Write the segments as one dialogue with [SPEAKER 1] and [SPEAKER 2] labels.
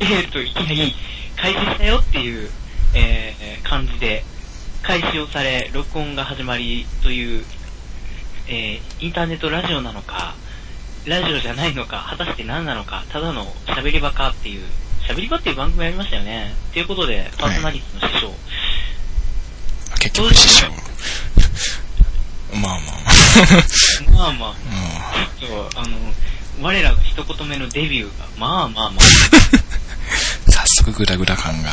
[SPEAKER 1] えーっと、いきなり、開始したよっていう、えー、感じで、開始をされ、録音が始まりという、えー、インターネットラジオなのか、ラジオじゃないのか、果たして何なのか、ただの喋り場かっていう、喋り場っていう番組ありましたよね。ということで、パーソナリティの師匠、
[SPEAKER 2] 結局師匠。まあまあま
[SPEAKER 1] まあまあ、
[SPEAKER 2] あ。うん
[SPEAKER 1] ちょっと、あの、我らが一言目のデビューが、まあまあまあ、
[SPEAKER 2] 早速グダグダ感が。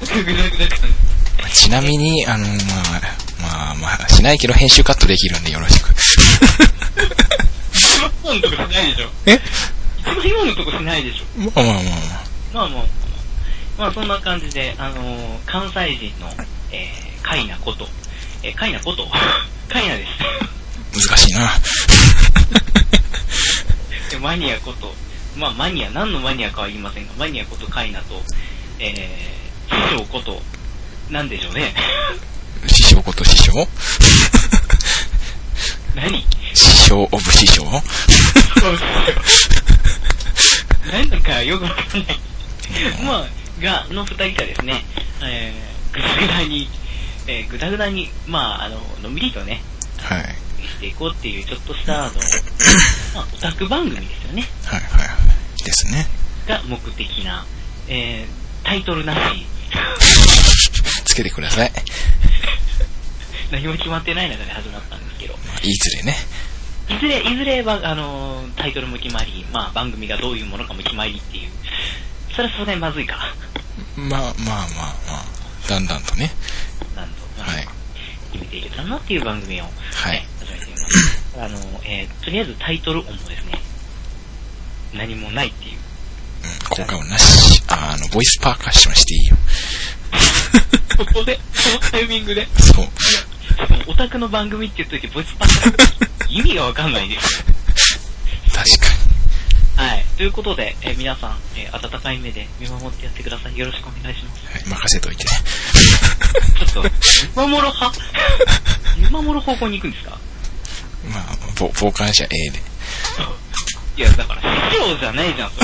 [SPEAKER 1] ぐだぐだく
[SPEAKER 2] ちなみに、あの、まあ、まあまあ、しないけど編集カットできるんでよろしく。
[SPEAKER 1] 一番今のとこしないでしょ。
[SPEAKER 2] え
[SPEAKER 1] 一番今のとこしないでしょ。
[SPEAKER 2] まあまあまあまあ。
[SPEAKER 1] まあまあ、まあそんな感じで、あのー関西人の、えー、カイナこと、えー、カイナこと、 カイナで
[SPEAKER 2] 難しいな。
[SPEAKER 1] す。 でマニアこと、まあマニア、何のマニアかは言いませんが、マニアことカイナと、えー、師匠こと、なんでしょうね。
[SPEAKER 2] 師匠こと師匠
[SPEAKER 1] 何
[SPEAKER 2] 師匠オブ師匠
[SPEAKER 1] 何なんかよくわかんない。まあ、が、の二人がですね、えー、ぐだぐだに、えー、ぐだぐだに、まあ、あの、のんびりとね、
[SPEAKER 2] はい。はい
[SPEAKER 1] していこうっていう、ちょっとした、あの、 まあ、オタク番組ですよね。
[SPEAKER 2] はいはい。ですね。
[SPEAKER 1] が目的な、えー、タイトルなし、
[SPEAKER 2] つけてください。
[SPEAKER 1] 何も決まってない中で始まったんですけど、
[SPEAKER 2] まあ、いいつれね。
[SPEAKER 1] いずれ、いずれは、あのータイトルも決まり、まあ、番組がどういうものかも決まりっていう、それはそれまずいか。
[SPEAKER 2] まあまあまあまあ。だんだんとね。
[SPEAKER 1] なんと、まあ
[SPEAKER 2] はい。
[SPEAKER 1] 決めていけたらなっていう番 組を、
[SPEAKER 2] はい。
[SPEAKER 1] 始めています。あのーえー、とりあえずタイトル音もですね、何もないっていう。
[SPEAKER 2] うん、効果音なし。あの、ボイスパーカッションしていいよ。
[SPEAKER 1] ここで、このタイミングで、
[SPEAKER 2] そう。
[SPEAKER 1] オタクの番組って言っといて、ボイスパーカー、意味がわかんないです。
[SPEAKER 2] 確か
[SPEAKER 1] はい。ということで、えー皆さん、えー温かい目で見守ってやってください。よろしくお願いします。
[SPEAKER 2] に。はい、任せといてね。
[SPEAKER 1] ちょっと、見守る派見守る方向に行くんですか
[SPEAKER 2] まあ、ぼ傍観者 A で。
[SPEAKER 1] いや、だから、師匠じゃないじゃん、そ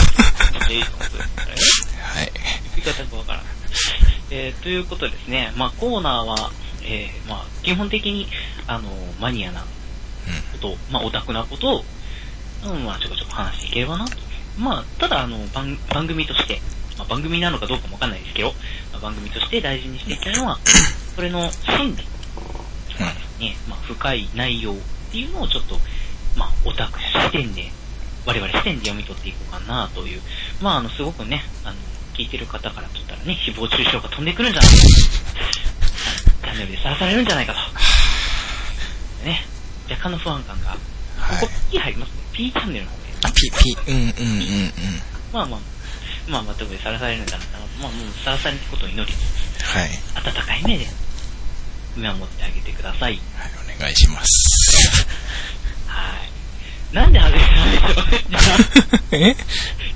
[SPEAKER 1] れ。えーそれ
[SPEAKER 2] はい。
[SPEAKER 1] 言い方がわからん。 えーということですね、まあ、コーナーは、えーまあ、基本的に、あの、マニアなこと、まあ、オタクなことを、うん、まあ、ちょこちょこ話していければなと。まあ、ただ、あの、番、番組として、まあ、番組なのかどうかもわかんないですけど、まあ番組として大事にしていきたいのは、それの真理
[SPEAKER 2] うん。
[SPEAKER 1] ね、まあ、深い内容っていうのをちょっと、まあ、オタク視点で、我々視点で読み取っていこうかなという、まあ、あの、すごくね、あの、聞いてる方からとったらね、誹謗中傷が飛んでくるんじゃないかと。チャンネルでさらされるんじゃないかと。ね、若干の不安感が、
[SPEAKER 2] はい
[SPEAKER 1] ここ。P 入りますね。P チャンネルの方で。
[SPEAKER 2] あ、ピーピー、うんうんうんうん。
[SPEAKER 1] まあまあ、まあまあ、ということでさらされるんじゃないかな。まあ、もうさらされることを祈りつつ、
[SPEAKER 2] はい。はい、
[SPEAKER 1] 温かい目で見守ってあげてください。
[SPEAKER 2] お願い します。
[SPEAKER 1] はい。なんで始めたんでしょうね。
[SPEAKER 2] え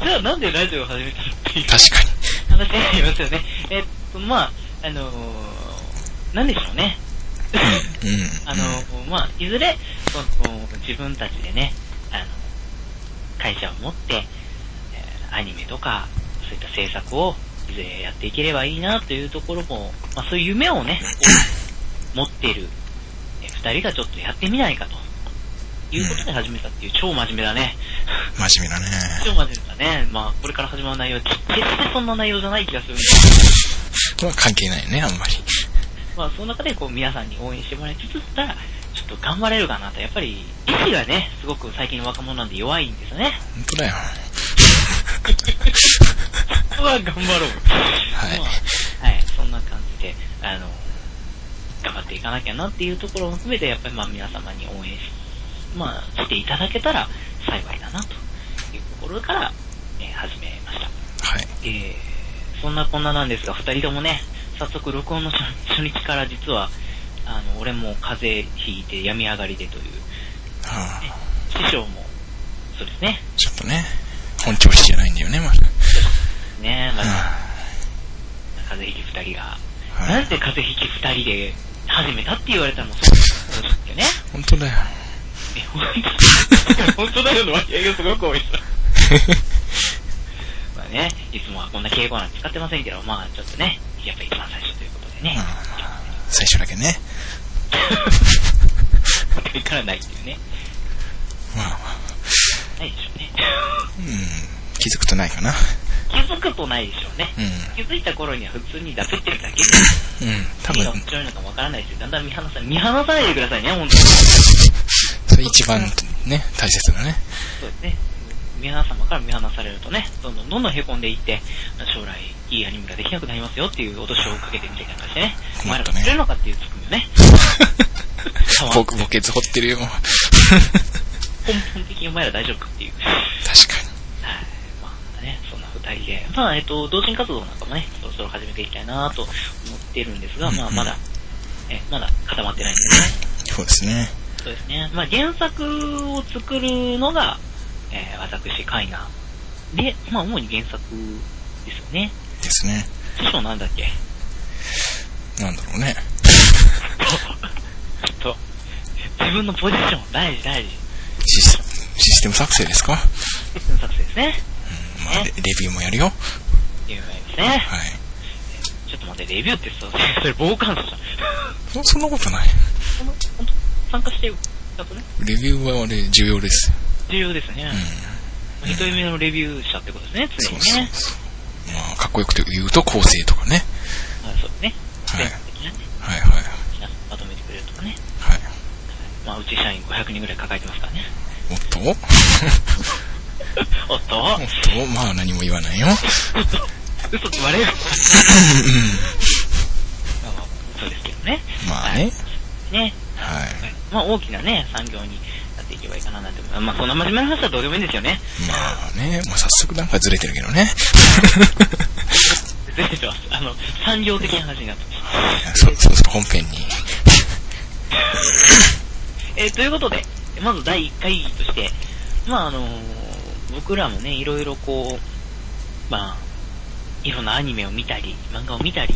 [SPEAKER 1] じゃあなんでラジオを始めたのっていう
[SPEAKER 2] 確かに。
[SPEAKER 1] 話になりますよね。えっと、まあ、あのー、なんでしょうね。
[SPEAKER 2] うん。
[SPEAKER 1] あのー、まあ、いずれ、その自分たちでね、あの、会社を持って、えーアニメとか、そういった制作を、いずれやっていければいいなというところも、まあ、そういう夢を ね、こう持っている、えー二人がちょっとやってみないかと。いうことで始めたっていう、超真面目だね。
[SPEAKER 2] 真面目だね。
[SPEAKER 1] 超真面目だね。まあ、これから始まる内容、決してそんな内容じゃない気がするんで
[SPEAKER 2] まあ関係ないね、あんまり。
[SPEAKER 1] まあ、その中でこう皆さんに応援してもらいつつたら、ちょっと頑張れるかなと。やっぱり、意志がね、すごく最近の若者なんで弱いんですよね。
[SPEAKER 2] 本当だよ。
[SPEAKER 1] うわ、頑張ろう。
[SPEAKER 2] はい
[SPEAKER 1] まあはい、そんな感じで、あの、頑張っていかなきゃなっていうところも含めて、やっぱりまあ皆様に応援し、まあ、していただけたら幸いだなというところから、えー始めました。
[SPEAKER 2] はい。
[SPEAKER 1] えー、そんなこんななんですが、二人ともね、早速録音の初初日から実は、あの、俺も風邪ひいて病み上がりでという、
[SPEAKER 2] あ
[SPEAKER 1] 師匠も、そうですね。
[SPEAKER 2] あ、ちょっとね、本調子じゃないんだよね、まだ。
[SPEAKER 1] ねまあ、
[SPEAKER 2] あ
[SPEAKER 1] 風邪ひき二人が、
[SPEAKER 2] あは
[SPEAKER 1] ないん。で風邪ひき二人で始めたって言われたらもうそうなんですよ ね。
[SPEAKER 2] 本当だよ。
[SPEAKER 1] え、ほんと本当だよの割合がすごく多いさ。まあね、ね、いつもはこんな敬語なんて使ってませんけど、まあちょっとね、やっぱり一番最初ということでね、
[SPEAKER 2] 最初だけね。
[SPEAKER 1] わからないっていうね、
[SPEAKER 2] まあまあ、
[SPEAKER 1] ないでしょうね。
[SPEAKER 2] うん、気づくとないかな。
[SPEAKER 1] 気づくとないでしょうね。
[SPEAKER 2] う
[SPEAKER 1] 気づいた頃には普通にダブってるだけで、
[SPEAKER 2] ん、うん、多
[SPEAKER 1] 何が
[SPEAKER 2] 分
[SPEAKER 1] 面、白いのかわからないですだんだん見放さない、見放さないでくださいね、本当に。
[SPEAKER 2] それ一番ね、大切 だね。
[SPEAKER 1] そうですね。皆様から見放されるとね、どんどんどんどん凹んでいって、将来いいアニメができなくなりますよっていう脅しをかけてみたいな感じでね、お
[SPEAKER 2] 困
[SPEAKER 1] 前
[SPEAKER 2] っ
[SPEAKER 1] ら
[SPEAKER 2] た
[SPEAKER 1] が
[SPEAKER 2] ね
[SPEAKER 1] くれるのかっていうツッコミをね、たま根
[SPEAKER 2] 僕、ボケツ掘ってるよ。確か
[SPEAKER 1] 本的にお前ら大丈夫かっていう。はい。まあね、そんな二人で。まあ、えっと、同人活動なんかもね、そろそろ始めていきたいなと思ってるんですが、まあ、まだ、え、まだ固まってないんですね。
[SPEAKER 2] に。そうですね。
[SPEAKER 1] そうですね。まあ、原作を作るのが、えー私、カイナ。で、まあ、主に原作ですよね。
[SPEAKER 2] ですね。
[SPEAKER 1] 師匠なんだっけ
[SPEAKER 2] なんだろうね。
[SPEAKER 1] ちょっと、自分のポジション、大事大事。
[SPEAKER 2] シスシステム作成ですか
[SPEAKER 1] システム作成ですね。
[SPEAKER 2] まあ、レレビューもやるよ。
[SPEAKER 1] 有名ですね。
[SPEAKER 2] はい。
[SPEAKER 1] ちょっと待って、レビューってそう、それ傍観者じゃん。
[SPEAKER 2] そそんなことない。
[SPEAKER 1] この、ほんと、参加してよ。ちゃんとね、
[SPEAKER 2] レビューはあれ、重要です。
[SPEAKER 1] 重要ですね
[SPEAKER 2] うん。。
[SPEAKER 1] 一人目のレビュー者ってことですね、常
[SPEAKER 2] そう
[SPEAKER 1] に
[SPEAKER 2] そう
[SPEAKER 1] ね。
[SPEAKER 2] そう。まあ、かっこよく言うと、構成とかね。
[SPEAKER 1] はい、そうですね。
[SPEAKER 2] はい
[SPEAKER 1] 全体的なね、
[SPEAKER 2] はいはい。
[SPEAKER 1] まとめてくれるとかね。
[SPEAKER 2] はい。
[SPEAKER 1] まあ、うち社員500人ぐらい抱えてますからね。
[SPEAKER 2] おっとおっ
[SPEAKER 1] おっと
[SPEAKER 2] とまあ、何も言わないよ。
[SPEAKER 1] 嘘って言われる。まあまあそうですけどね。
[SPEAKER 2] まあね。
[SPEAKER 1] ね。
[SPEAKER 2] はい。
[SPEAKER 1] まあ大きなね、産業になっていけばいいかななんて思う。まあそんな真面目な話はどうでもいいんですよね。
[SPEAKER 2] まあね、まあ早速なんかずれてるけどね。
[SPEAKER 1] 全然てます。あの、産業的な話になってます。
[SPEAKER 2] そ、そろそろ本編に。
[SPEAKER 1] えーということで、まず第1回として、まああの僕らもね、いろいろこう、まあ、いろんなアニメを見たり、漫画を見たり、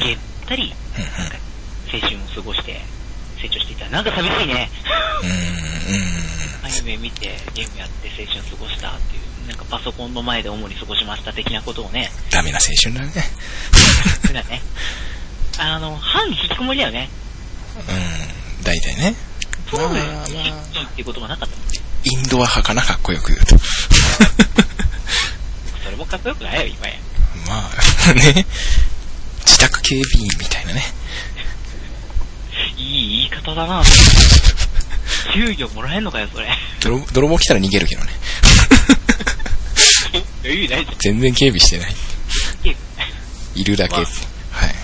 [SPEAKER 1] ゲームを見たり、
[SPEAKER 2] うんう
[SPEAKER 1] なん
[SPEAKER 2] ん
[SPEAKER 1] か青春を過ごして、成長していった。なんか寂しい ね。
[SPEAKER 2] うーん、
[SPEAKER 1] アニメ見て、ゲームやって青春を過ごしたっていう、なんかパソコンの前で主に過ごしました的なことをね、
[SPEAKER 2] うん。ダメな青春だね。
[SPEAKER 1] それはね、あの、反引きこもりだよね。
[SPEAKER 2] うん。大体ね。
[SPEAKER 1] そうだよ
[SPEAKER 2] まあ。
[SPEAKER 1] 引
[SPEAKER 2] まあ
[SPEAKER 1] きっていう言葉なかったもん。
[SPEAKER 2] インドア派かな、かっこよく言うと。
[SPEAKER 1] それもかっこよくないよ、今や。
[SPEAKER 2] まあ、ね。自宅警備員みたいなね。
[SPEAKER 1] いい言い方だな給料もらえんのかよ、それ。
[SPEAKER 2] 泥、泥棒来たら逃げるけどね。
[SPEAKER 1] 余裕ないじゃん。
[SPEAKER 2] 全然警備してない。
[SPEAKER 1] 結
[SPEAKER 2] いるだけ。
[SPEAKER 1] まあ
[SPEAKER 2] はい。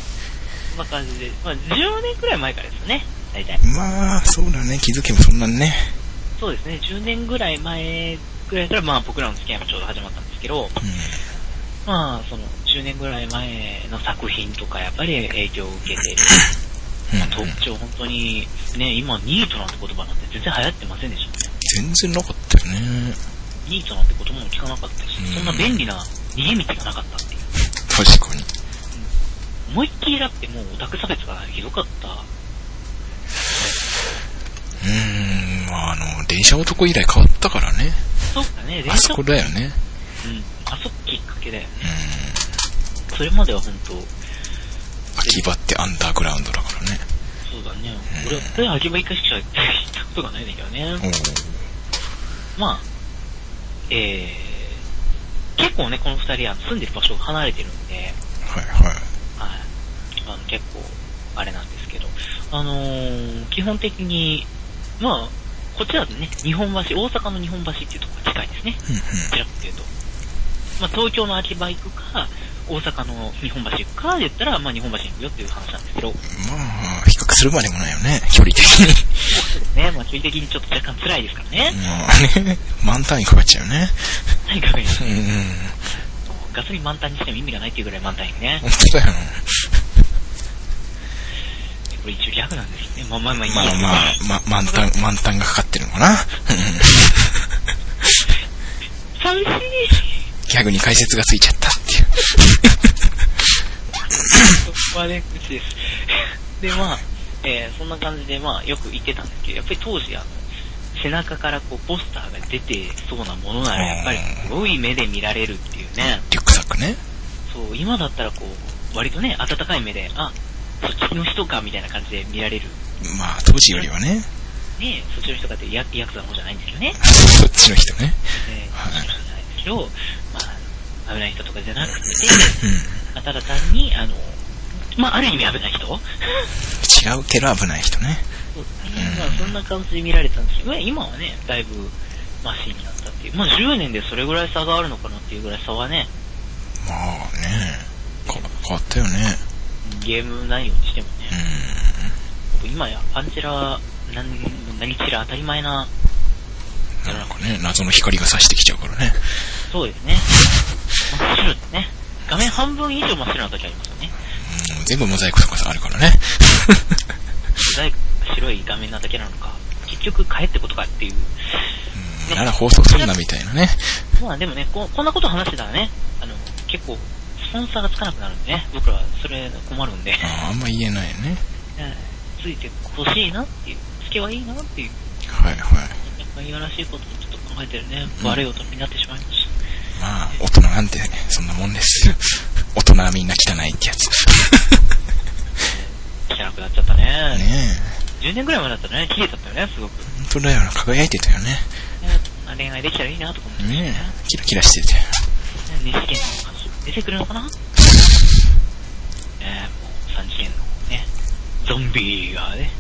[SPEAKER 1] 構こんな感じで、まあ、10年くらい前からですよね、大体。
[SPEAKER 2] まあ、そうだね。気づけばそんなんね。
[SPEAKER 1] そうですね、10年ぐらい前くらいから、まあ僕らの付き合いもちょうど始まったんですけど、
[SPEAKER 2] うん。
[SPEAKER 1] まあ、その、10年ぐらい前の作品とか、やっぱり影響を受けている。
[SPEAKER 2] うん
[SPEAKER 1] まあ、特徴、本当に、ね、今、ニートなんて言葉なんて全然流行ってませんでしたね。
[SPEAKER 2] 全然なかったよね。
[SPEAKER 1] ニートなんて言葉も聞かなかったし、
[SPEAKER 2] うん
[SPEAKER 1] そんな便利な逃げ道がなかったっていう。
[SPEAKER 2] 確かに。
[SPEAKER 1] 思いっきりだってもうオタク差別がひどかった。
[SPEAKER 2] うーん、まあ、あの、電車男以来変わったからね。
[SPEAKER 1] そうかね、電
[SPEAKER 2] あそ
[SPEAKER 1] 車、う
[SPEAKER 2] こ
[SPEAKER 1] ん、
[SPEAKER 2] だよね。
[SPEAKER 1] あそこきっかけで、
[SPEAKER 2] うー
[SPEAKER 1] それまでは本当
[SPEAKER 2] ん。秋葉ってアンダーグラウンドだからね。
[SPEAKER 1] そうだね、俺は、俺は秋葉一回しか行ったことがないんだけどね。
[SPEAKER 2] おう
[SPEAKER 1] まあ、えー、結構ね、この二人は住んでる場所が離れてるんで、
[SPEAKER 2] はいは
[SPEAKER 1] は
[SPEAKER 2] い。
[SPEAKER 1] い。あの、結構、あれなんですけど、あのー基本的に、まあ、こちらでね、日本橋、大阪の日本橋っていうところが近いですね。
[SPEAKER 2] うんうん。
[SPEAKER 1] こちらっていうと。まあ、東京の秋葉行くか、大阪の日本橋行くか、で言ったら、まあ、日本橋に行くよっていう話なんですけど、そう
[SPEAKER 2] まあ、比較するまでもないよね。距離的に。
[SPEAKER 1] ですね。まあ、距離的にちょっと若干辛いですからね。
[SPEAKER 2] まあね。満タンにかかっちゃうよね。
[SPEAKER 1] 何かに。
[SPEAKER 2] うんうん。
[SPEAKER 1] ガソリン満タンにしても意味がないっていうぐらい満タンにね。
[SPEAKER 2] 本当だよ。
[SPEAKER 1] これ一応ギャグなんですよね。まあまあまあいい
[SPEAKER 2] ま
[SPEAKER 1] や
[SPEAKER 2] あまあ、ま、満タン、満タンがかかってるのかな。うんうん。
[SPEAKER 1] 寂しい。
[SPEAKER 2] ギャグに解説がついちゃったっていう。
[SPEAKER 1] まあね、うちです。で、まあ、えーそんな感じで、まあ、よく行ってたんですけど、やっぱり当時、あの、背中からこうポスターが出てそうなものならやっぱりすごい目で見られるっていうね。
[SPEAKER 2] リュックサックね。
[SPEAKER 1] そう、今だったらこう、割とね、温かい目で、あ、そっちの人かみたいな感じで見られる。
[SPEAKER 2] まあ、当時よりはね、
[SPEAKER 1] ねそっちの人かってヤヤクザの方じゃないんですよね。
[SPEAKER 2] そっちの人ね。
[SPEAKER 1] ね
[SPEAKER 2] はい
[SPEAKER 1] そっちの人じゃないですけど、まあ、危ない人とかじゃなくて、
[SPEAKER 2] うん。
[SPEAKER 1] まあただ単に、あの、まあ、ある意味危ない人そう
[SPEAKER 2] 違うけど危ない人ね。
[SPEAKER 1] ですね。まあ、そんな感じで見られてたんですけど、今はね、だいぶ、マシになったっていう。まあ、10年でそれぐらい差があるのかなっていうぐらい差はね、
[SPEAKER 2] まあね、か変わったよね。
[SPEAKER 1] ゲーム内容にしてもね、
[SPEAKER 2] うん。
[SPEAKER 1] 今やパンチラ、何、何チラ当たり前な、
[SPEAKER 2] なんかね、謎の光が差してきちゃうからね。
[SPEAKER 1] そうですね。真っ白ですね。画面半分以上真っ白な時ありますよね。
[SPEAKER 2] うん、全部モザイクとかさあるからね。
[SPEAKER 1] だいぶ白い画面なだけなのか、結局変えってことかっていう。
[SPEAKER 2] うん、なら放送するなみたいなね。
[SPEAKER 1] まあでもね、ここんなこと話してたらね、あの、結構、スポンサーがつかなくなるんでね、僕らはそれ困るんで、
[SPEAKER 2] ああんま言えないよね。
[SPEAKER 1] えーついてほしいなっていう、つけはいいなっていう、
[SPEAKER 2] はいはい。
[SPEAKER 1] なんかいやらしいことをちょっと考えてるね、
[SPEAKER 2] うん
[SPEAKER 1] 悪い大人になってしまいまし
[SPEAKER 2] まあ、大人なんてそんなもんですよ。大人はみんな汚いってやつ。
[SPEAKER 1] た。汚くなっちゃったね。
[SPEAKER 2] ね
[SPEAKER 1] 10年ぐらい前だったらね、綺麗だったよね、すごく。
[SPEAKER 2] え。本当だよな、輝いてたよね。
[SPEAKER 1] ねまあ恋愛できたらいいなとか思って、
[SPEAKER 2] ねえ。キラキラしてて。
[SPEAKER 1] ね、2次元の話出てくるのかなえー、もう3次元のね、ゾンビが ね。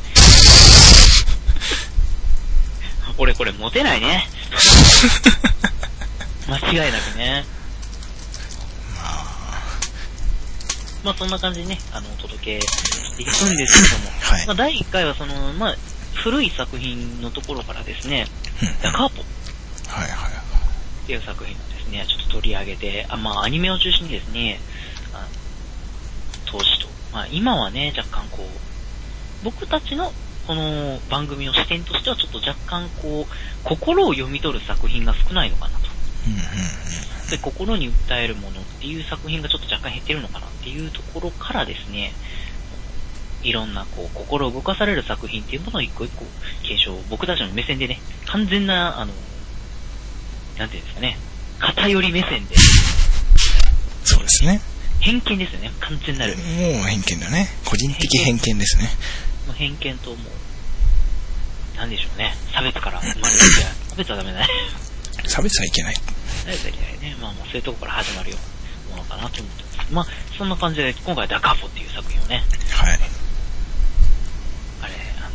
[SPEAKER 1] 俺これモテない ね。間違いなくね。まあそんな感じでね、あの、お届けしていくんですけども。
[SPEAKER 2] はい
[SPEAKER 1] まあ第1回はその、まあ、古い作品のところからですね、
[SPEAKER 2] うんうん
[SPEAKER 1] ダ
[SPEAKER 2] はい
[SPEAKER 1] カーポ
[SPEAKER 2] はいはい。
[SPEAKER 1] っていう作品をですね、ちょっと取り上げて、あまあ、アニメを中心にですね、あ当時と、まあ、今はね、若干こう、僕たちのこの番組の視点としては、ちょっと若干こう、心を読み取る作品が少ないのかなと。
[SPEAKER 2] うんうんうん。
[SPEAKER 1] で、心に訴えるものっていう作品がちょっと若干減ってるのかなっていうところからですね、いろんなこう、心を動かされる作品っていうものを一個一個継承、僕たちの目線でね、完全な、あの、なんていうんですかね、偏り目線で、
[SPEAKER 2] そうですね。
[SPEAKER 1] 偏見ですよね、完全なる。
[SPEAKER 2] もう偏見だね。個人的偏見ですね。
[SPEAKER 1] もう偏見ともう、なんでしょうね、差別から生まれてきた、差別はダメだね。
[SPEAKER 2] 差別はいけない。
[SPEAKER 1] ないといけないね。まあまあそういうとこから始まるようなものかなと思ってます。まあ、そんな感じで、今回ダカポっていう作品をね、
[SPEAKER 2] はい。
[SPEAKER 1] あれ、あの、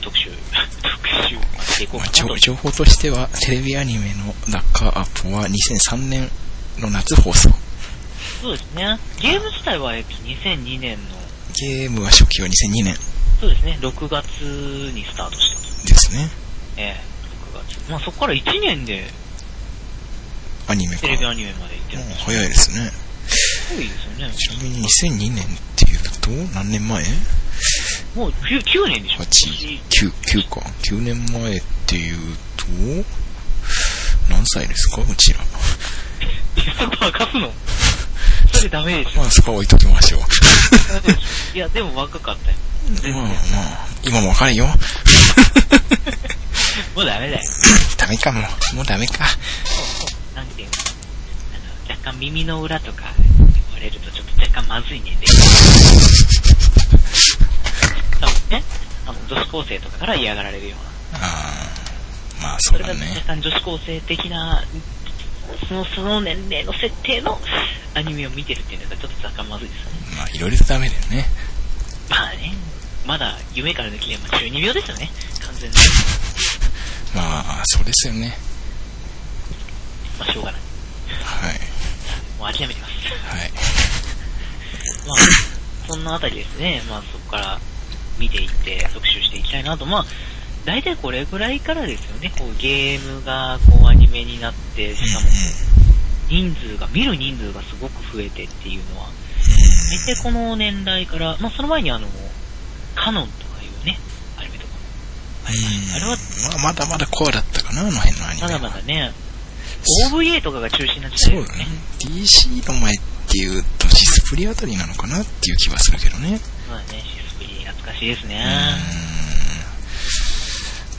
[SPEAKER 1] 特集、 特集していこう
[SPEAKER 2] ま
[SPEAKER 1] か
[SPEAKER 2] あ、
[SPEAKER 1] な
[SPEAKER 2] 情
[SPEAKER 1] と。
[SPEAKER 2] 情報としては、テレビアニメのダッカーアップは2003年の夏放送。
[SPEAKER 1] そうですね。ゲーム自体は、えっと、2002年の、
[SPEAKER 2] ゲームは初期は2002年
[SPEAKER 1] そうですね、6月にスタートしたと。
[SPEAKER 2] ですね。
[SPEAKER 1] ええ6月。まあそこから1年で
[SPEAKER 2] アニメか
[SPEAKER 1] テレビ
[SPEAKER 2] ら。
[SPEAKER 1] ア
[SPEAKER 2] も
[SPEAKER 1] ニメまで行ってる
[SPEAKER 2] う。早いですね。
[SPEAKER 1] すごいですよね。
[SPEAKER 2] ちなみに2002年っていうと、何年前 ?8、
[SPEAKER 1] もう9 9年でしょ。
[SPEAKER 2] 9、9か。9年前っていうと、何歳ですかうちら。
[SPEAKER 1] ちょっと沸かすのそれダメ でしょ
[SPEAKER 2] まあ、そこは置いときましょう。
[SPEAKER 1] ダメでしょ。いや、でも若かったよ。全
[SPEAKER 2] まあ
[SPEAKER 1] 然
[SPEAKER 2] ま。あ、今もわかるよ。
[SPEAKER 1] もうダメだよ。
[SPEAKER 2] ダメかも。もうダメか。
[SPEAKER 1] なんていうのあの若干耳の裏とか言われるとちょっと若干まずいねんで。多分ね、あの女子高生とかから嫌がられるような。
[SPEAKER 2] ああ、まあそ
[SPEAKER 1] そうれ
[SPEAKER 2] だ
[SPEAKER 1] が
[SPEAKER 2] ね
[SPEAKER 1] 若。干女子高生的な、その、その年齢の設定のアニメを見てるっていうのがちょっと若干まずいですよね。
[SPEAKER 2] まあ、いろいろとダメだよね。
[SPEAKER 1] まあね、まだ夢から抜きで、まあ、12秒ですよね。完全に。
[SPEAKER 2] まあ、そうですよね。
[SPEAKER 1] まあしょうがない。
[SPEAKER 2] はい。
[SPEAKER 1] もう諦めてます。
[SPEAKER 2] はい。
[SPEAKER 1] まあ、そんなあたりですね。まあ、そこから見ていって、特集していきたいなと。まあ、大体これぐらいからですよね。こう、ゲームが、こう、アニメになって、しかも、人数が、見る人数がすごく増えてっていうのは、大体この年代から、まあ、その前にあの、カノンとかいうね、アニメとかもありました。あれは、
[SPEAKER 2] まあ、まだまだコアだったかな、あの辺のアニメ
[SPEAKER 1] ま
[SPEAKER 2] は。
[SPEAKER 1] だまだね、OVA とかが中心な時代
[SPEAKER 2] そう
[SPEAKER 1] です
[SPEAKER 2] だ
[SPEAKER 1] ね
[SPEAKER 2] ね。。DC の前っていうと、シスプリあたりなのかなっていう気はするけどね。
[SPEAKER 1] そうだね、シスプリ懐かしいですね
[SPEAKER 2] う。ー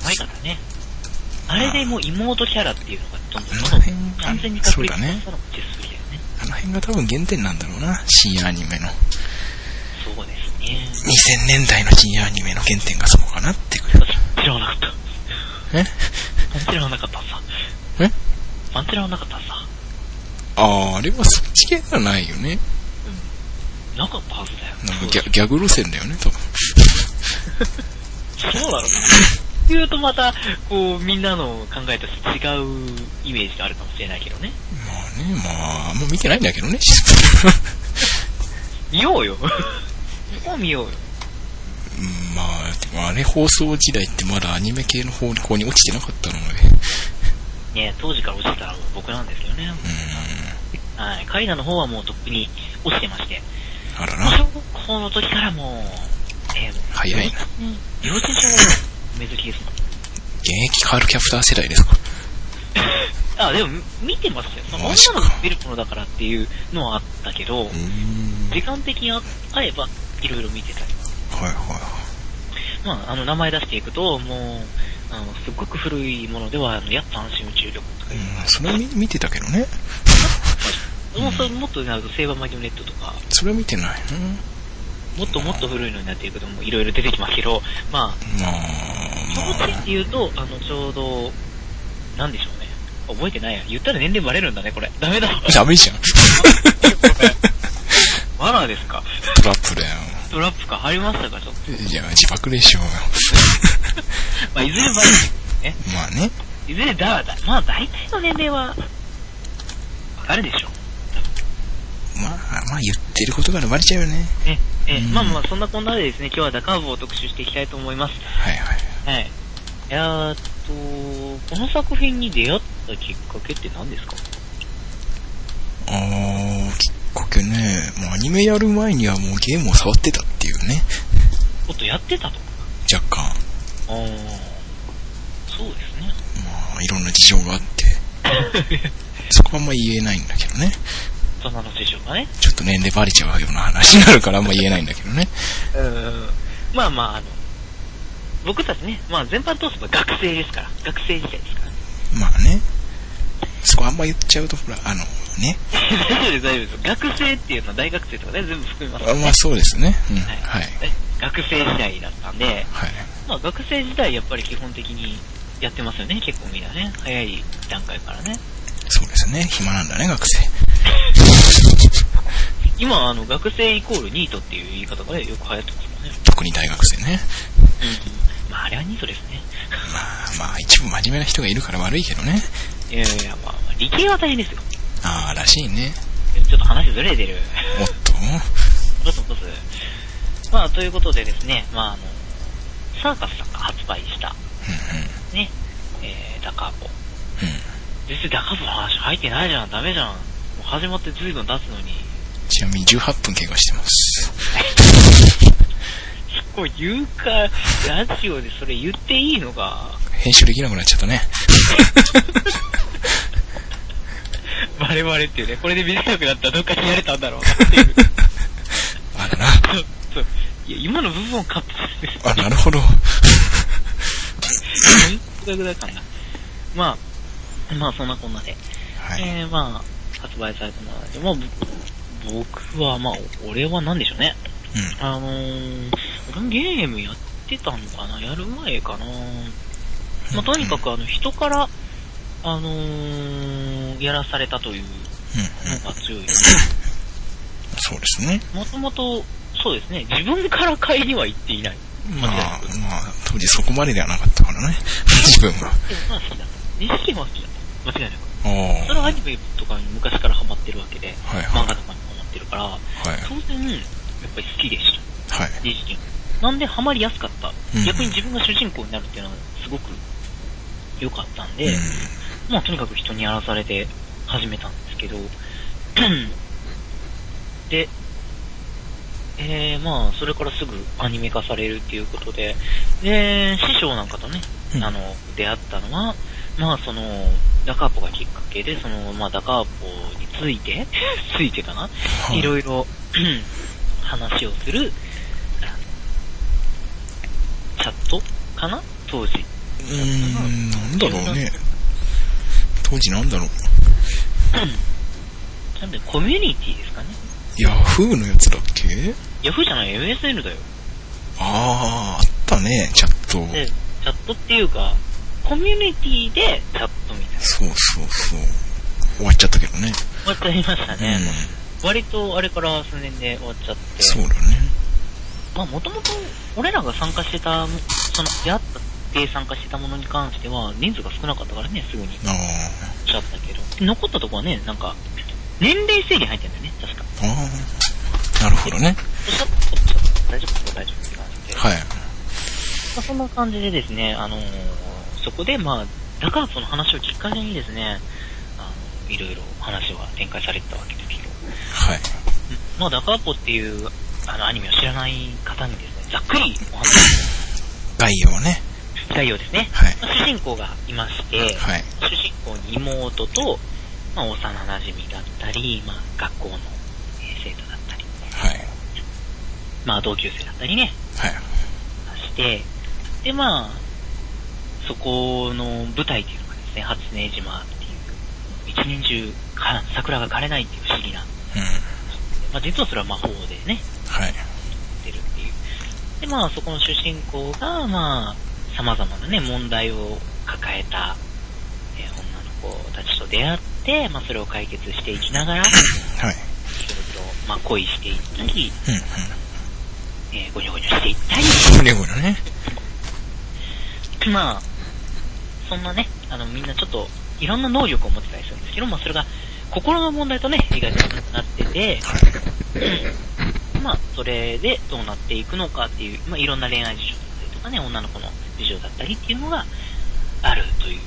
[SPEAKER 2] ん。
[SPEAKER 1] 前からね、あれでもう妹キャラっていうのがどんどん
[SPEAKER 2] あの
[SPEAKER 1] どん
[SPEAKER 2] 辺
[SPEAKER 1] どん完全に確立
[SPEAKER 2] そうだね
[SPEAKER 1] したのってすぎだよね。
[SPEAKER 2] あの辺が多分原点なんだろうな。深夜アニメの。
[SPEAKER 1] そうですね。
[SPEAKER 2] 2000年代の深夜アニメの原点がそこかなってくる。
[SPEAKER 1] パンチラはなかった。
[SPEAKER 2] え
[SPEAKER 1] パンチラはなかったさ。
[SPEAKER 2] え
[SPEAKER 1] パンチラはなかったさ。
[SPEAKER 2] あー、あれはそっち系ではないよね。
[SPEAKER 1] なかったはずだよ。
[SPEAKER 2] なんかギャギャグ路線だよね、多分。
[SPEAKER 1] そうなの言うとまた、こう、みんなの考えとして違うイメージがあるかもしれないけどね。
[SPEAKER 2] まあね、まあ、あんま見てないんだけどね。
[SPEAKER 1] 見ようよ。もう見ようよ。
[SPEAKER 2] うんまあ、でもあれ放送時代ってまだアニメ系の方向に落ちてなかったので。
[SPEAKER 1] ね当時から落ちてたのは僕なんですけどね。
[SPEAKER 2] う
[SPEAKER 1] はい。カイナの方はもうとっくに落ちてまして。
[SPEAKER 2] ん、あら
[SPEAKER 1] 小
[SPEAKER 2] な。
[SPEAKER 1] 学校の時からもう、えー、
[SPEAKER 2] 早いな。
[SPEAKER 1] 幼稚園上水着ですもん。
[SPEAKER 2] 現役カールキャプター世代ですか。
[SPEAKER 1] あ、でも、見てましたよ。その
[SPEAKER 2] マジ
[SPEAKER 1] 女
[SPEAKER 2] か
[SPEAKER 1] の子が見るものだからっていうのはあったけど
[SPEAKER 2] う、ん。
[SPEAKER 1] 時間的に合えば、いろいろ見てたり。
[SPEAKER 2] はいは
[SPEAKER 1] まあ、あの、名前出していくと、もう、あの、すっごく古いものでは、あの、やっぱ安心中力とか
[SPEAKER 2] い。
[SPEAKER 1] いう。
[SPEAKER 2] うん、それは見見てたけどね。
[SPEAKER 1] もうそれもっとなると、セーバーマリオネットとか、
[SPEAKER 2] それは見てない。うん
[SPEAKER 1] もっともっと古いのになっていくと、もういろいろ出てきますけど、まあ、
[SPEAKER 2] まあ、
[SPEAKER 1] その
[SPEAKER 2] ま
[SPEAKER 1] 点
[SPEAKER 2] あ、
[SPEAKER 1] で言うと、あの、ちょうど、なんでしょうね。覚えてないや。言ったら年齢バレるんだね、これ。ダ メだ。
[SPEAKER 2] ダメじゃん。
[SPEAKER 1] マナーですか
[SPEAKER 2] トラップだよ。
[SPEAKER 1] トラップかありましたかちょっと。
[SPEAKER 2] いや、自爆でしょうよ。
[SPEAKER 1] まあ、いずれバレる。
[SPEAKER 2] まあね。
[SPEAKER 1] いずれだ、だ、まあ大体の年齢は、わかるでしょ
[SPEAKER 2] まあ、まあ言ってることからバレちゃうよね。
[SPEAKER 1] う。ね。え
[SPEAKER 2] うん
[SPEAKER 1] まあまあそんなこんなでですね、今日はダカーブを特集していきたいと思います。
[SPEAKER 2] はいはい。
[SPEAKER 1] はい。えーっと、この作品に出会ったきっかけって何ですか
[SPEAKER 2] あー、きっかけね。もうアニメやる前にはもうゲームを触ってたっていうね。
[SPEAKER 1] おっとやってたと。
[SPEAKER 2] 若干。
[SPEAKER 1] あーそうですね。
[SPEAKER 2] まあ、いろんな事情があって。そこはあんま言えないんだけどね。
[SPEAKER 1] 大人の事情がね。
[SPEAKER 2] ちょっと年齢バレちゃうような話になるからあんま言えないんだけどね。
[SPEAKER 1] うん。まあまあ、あの、僕たちね、まあ全般通すと学生ですから。学生時代ですから。
[SPEAKER 2] まあね。そこあんま言っちゃうと、ほら、あの、ね。
[SPEAKER 1] 大丈夫です、大丈夫です。学生っていうのは大学生とかね、全部含みますから
[SPEAKER 2] あ
[SPEAKER 1] ね。
[SPEAKER 2] まあそうですね。うん。はい。
[SPEAKER 1] 学生時代だったんで、
[SPEAKER 2] はい。
[SPEAKER 1] まあ、学生時代やっぱり基本的にやってますよね、結構みんなね。早い段階からね。
[SPEAKER 2] そうですね。暇なんだね、学生。
[SPEAKER 1] 今、あの、学生イコールニートっていう言い方がね、よく流行ってますもんね。
[SPEAKER 2] 特に大学生ね。
[SPEAKER 1] まあ、あれはニートですね。
[SPEAKER 2] まあまあ、一部真面目な人がいるから悪いけどね。
[SPEAKER 1] いやいやいや、まあ、まあ理系は大変ですよ。
[SPEAKER 2] ああ、らしいね。
[SPEAKER 1] ちょっと話ずれてる。
[SPEAKER 2] おっと。
[SPEAKER 1] どすどす。まあ、ということでですね、まあ、あの、サーカスさんが発売した、
[SPEAKER 2] う
[SPEAKER 1] ね、えー、ダカーポ。
[SPEAKER 2] んうん。うん。
[SPEAKER 1] 全然ダカーポの話入ってないじゃん、ダメじゃん。もう始まって随分経つのに、
[SPEAKER 2] ちなみに18分経過してます。
[SPEAKER 1] これ言うか、ラジオでそれ言っていいのか、
[SPEAKER 2] 編集できなくなっちゃったね。
[SPEAKER 1] バレバレっていうね、これで短くなったらどっかにやれたんだろうなっていう。
[SPEAKER 2] あらな。
[SPEAKER 1] そういや、今の部分をカットす る。
[SPEAKER 2] あ、なるほど。
[SPEAKER 1] 本当だかな。まあ、まあそんなこんなで。
[SPEAKER 2] はい。
[SPEAKER 1] えー、まあ、発売されたもので、まあ、ぼ僕は、まあ、俺は何でしょうね。
[SPEAKER 2] うん。
[SPEAKER 1] あのー、俺もゲームやってたのかなやる前かなまあ、とにかくあの、人から、あのー、やらされたという
[SPEAKER 2] うんうん。
[SPEAKER 1] のが強い。
[SPEAKER 2] そうですね。
[SPEAKER 1] もともと、そうですね、自分から買いには行っていない。
[SPEAKER 2] ま
[SPEAKER 1] 間違いな
[SPEAKER 2] あ
[SPEAKER 1] く。、
[SPEAKER 2] まあ、当時そこまでではなかったからね。自分は。
[SPEAKER 1] でもまあ好きだった。認識は好きだった。間違いなく。
[SPEAKER 2] ああ。
[SPEAKER 1] それはアニメとかに昔からハマってるわけで、
[SPEAKER 2] はい
[SPEAKER 1] 漫
[SPEAKER 2] は
[SPEAKER 1] 画とかにもハマってるから、
[SPEAKER 2] い。はい。
[SPEAKER 1] 当然、やっぱり好きでした。
[SPEAKER 2] はい。
[SPEAKER 1] 認識なんでハマりやすかった
[SPEAKER 2] うん。
[SPEAKER 1] 逆に自分が主人公になるっていうのはすごく良かったんで、
[SPEAKER 2] うん。
[SPEAKER 1] まあとにかく人にやらされて始めたんですけど、 で、えー、まあそれからすぐアニメ化されるっていうことで、で、師匠なんかとね、
[SPEAKER 2] うん
[SPEAKER 1] あの、出会ったのは、まあその、ダカーポがきっかけで、その、まあダカーポについて、 ついてかな
[SPEAKER 2] はい
[SPEAKER 1] ろいろ話をする、あのチャットかな当時。く
[SPEAKER 2] うー
[SPEAKER 1] らいだったかな。
[SPEAKER 2] ん、なんだろうね。当時なんだろう。
[SPEAKER 1] なんで、コミュニティですかね。
[SPEAKER 2] ヤフーのやつだっけ
[SPEAKER 1] ヤフーじゃない、MSN だよ。
[SPEAKER 2] あー、あったね、チャット。
[SPEAKER 1] で、チャットっていうか、コミュニティでチャットみたいな。
[SPEAKER 2] そうそうそう。終わっちゃったけどね。
[SPEAKER 1] 終わっちゃいました
[SPEAKER 2] う
[SPEAKER 1] ね。
[SPEAKER 2] ん。
[SPEAKER 1] 割とあれから数年で終わっちゃって。
[SPEAKER 2] そうだね。
[SPEAKER 1] まあ、もともと、俺らが参加してた、その、出会って参加してたものに関しては、人数が少なかったからね、すぐに。
[SPEAKER 2] あ
[SPEAKER 1] ちゃったけど。残ったとこはね、なんか、年齢制限入ってんだよね、確か。
[SPEAKER 2] ー、あー。なるほどね。
[SPEAKER 1] おっしゃった、おっしゃった、大丈夫、大丈夫って感じで。
[SPEAKER 2] はい。
[SPEAKER 1] まあ、そんな感じでですね、あのーそこで、まあ、だからその話をきっかけにですね、あのいろいろ話は展開されてたわけですけど、
[SPEAKER 2] はい。
[SPEAKER 1] まあ、ダカーポっていうあのアニメを知らない方にですね、ざっくりお話し
[SPEAKER 2] 概要ね。
[SPEAKER 1] したいようですね。
[SPEAKER 2] はい。
[SPEAKER 1] まあ主人公がいまして、
[SPEAKER 2] はい。
[SPEAKER 1] 主人公に妹と、まあ、幼馴染だったり、まあ、学校のえー生徒だったり、
[SPEAKER 2] はい。
[SPEAKER 1] まあ、同級生だったりね、
[SPEAKER 2] はい。
[SPEAKER 1] して、で、まあ、そこの舞台っていうのがですね、初音島っていう、一年中か桜が枯れないっていう不思議な、
[SPEAKER 2] うん。
[SPEAKER 1] まあ実はそれは魔法でね、
[SPEAKER 2] はい。
[SPEAKER 1] 出るっていう。で、まあそこの主人公が、まあ、様々なね、問題を抱えた、えー女の子たちと出会って、まあそれを解決していきながら、いろ
[SPEAKER 2] はい。
[SPEAKER 1] いろと、まあ恋していったり、
[SPEAKER 2] うん。うん
[SPEAKER 1] えー、ごにょごにょしていったり、
[SPEAKER 2] これこれね。
[SPEAKER 1] まあ、そんなね、あの、みんなちょっと、いろんな能力を持ってたりするんですけど、まあ、それが、心の問題とね、意外となってて、
[SPEAKER 2] はい。
[SPEAKER 1] まあ、それでどうなっていくのかっていう、まあ、いろんな恋愛事情だったりとかね、女の子の事情だったりっていうのがあるという、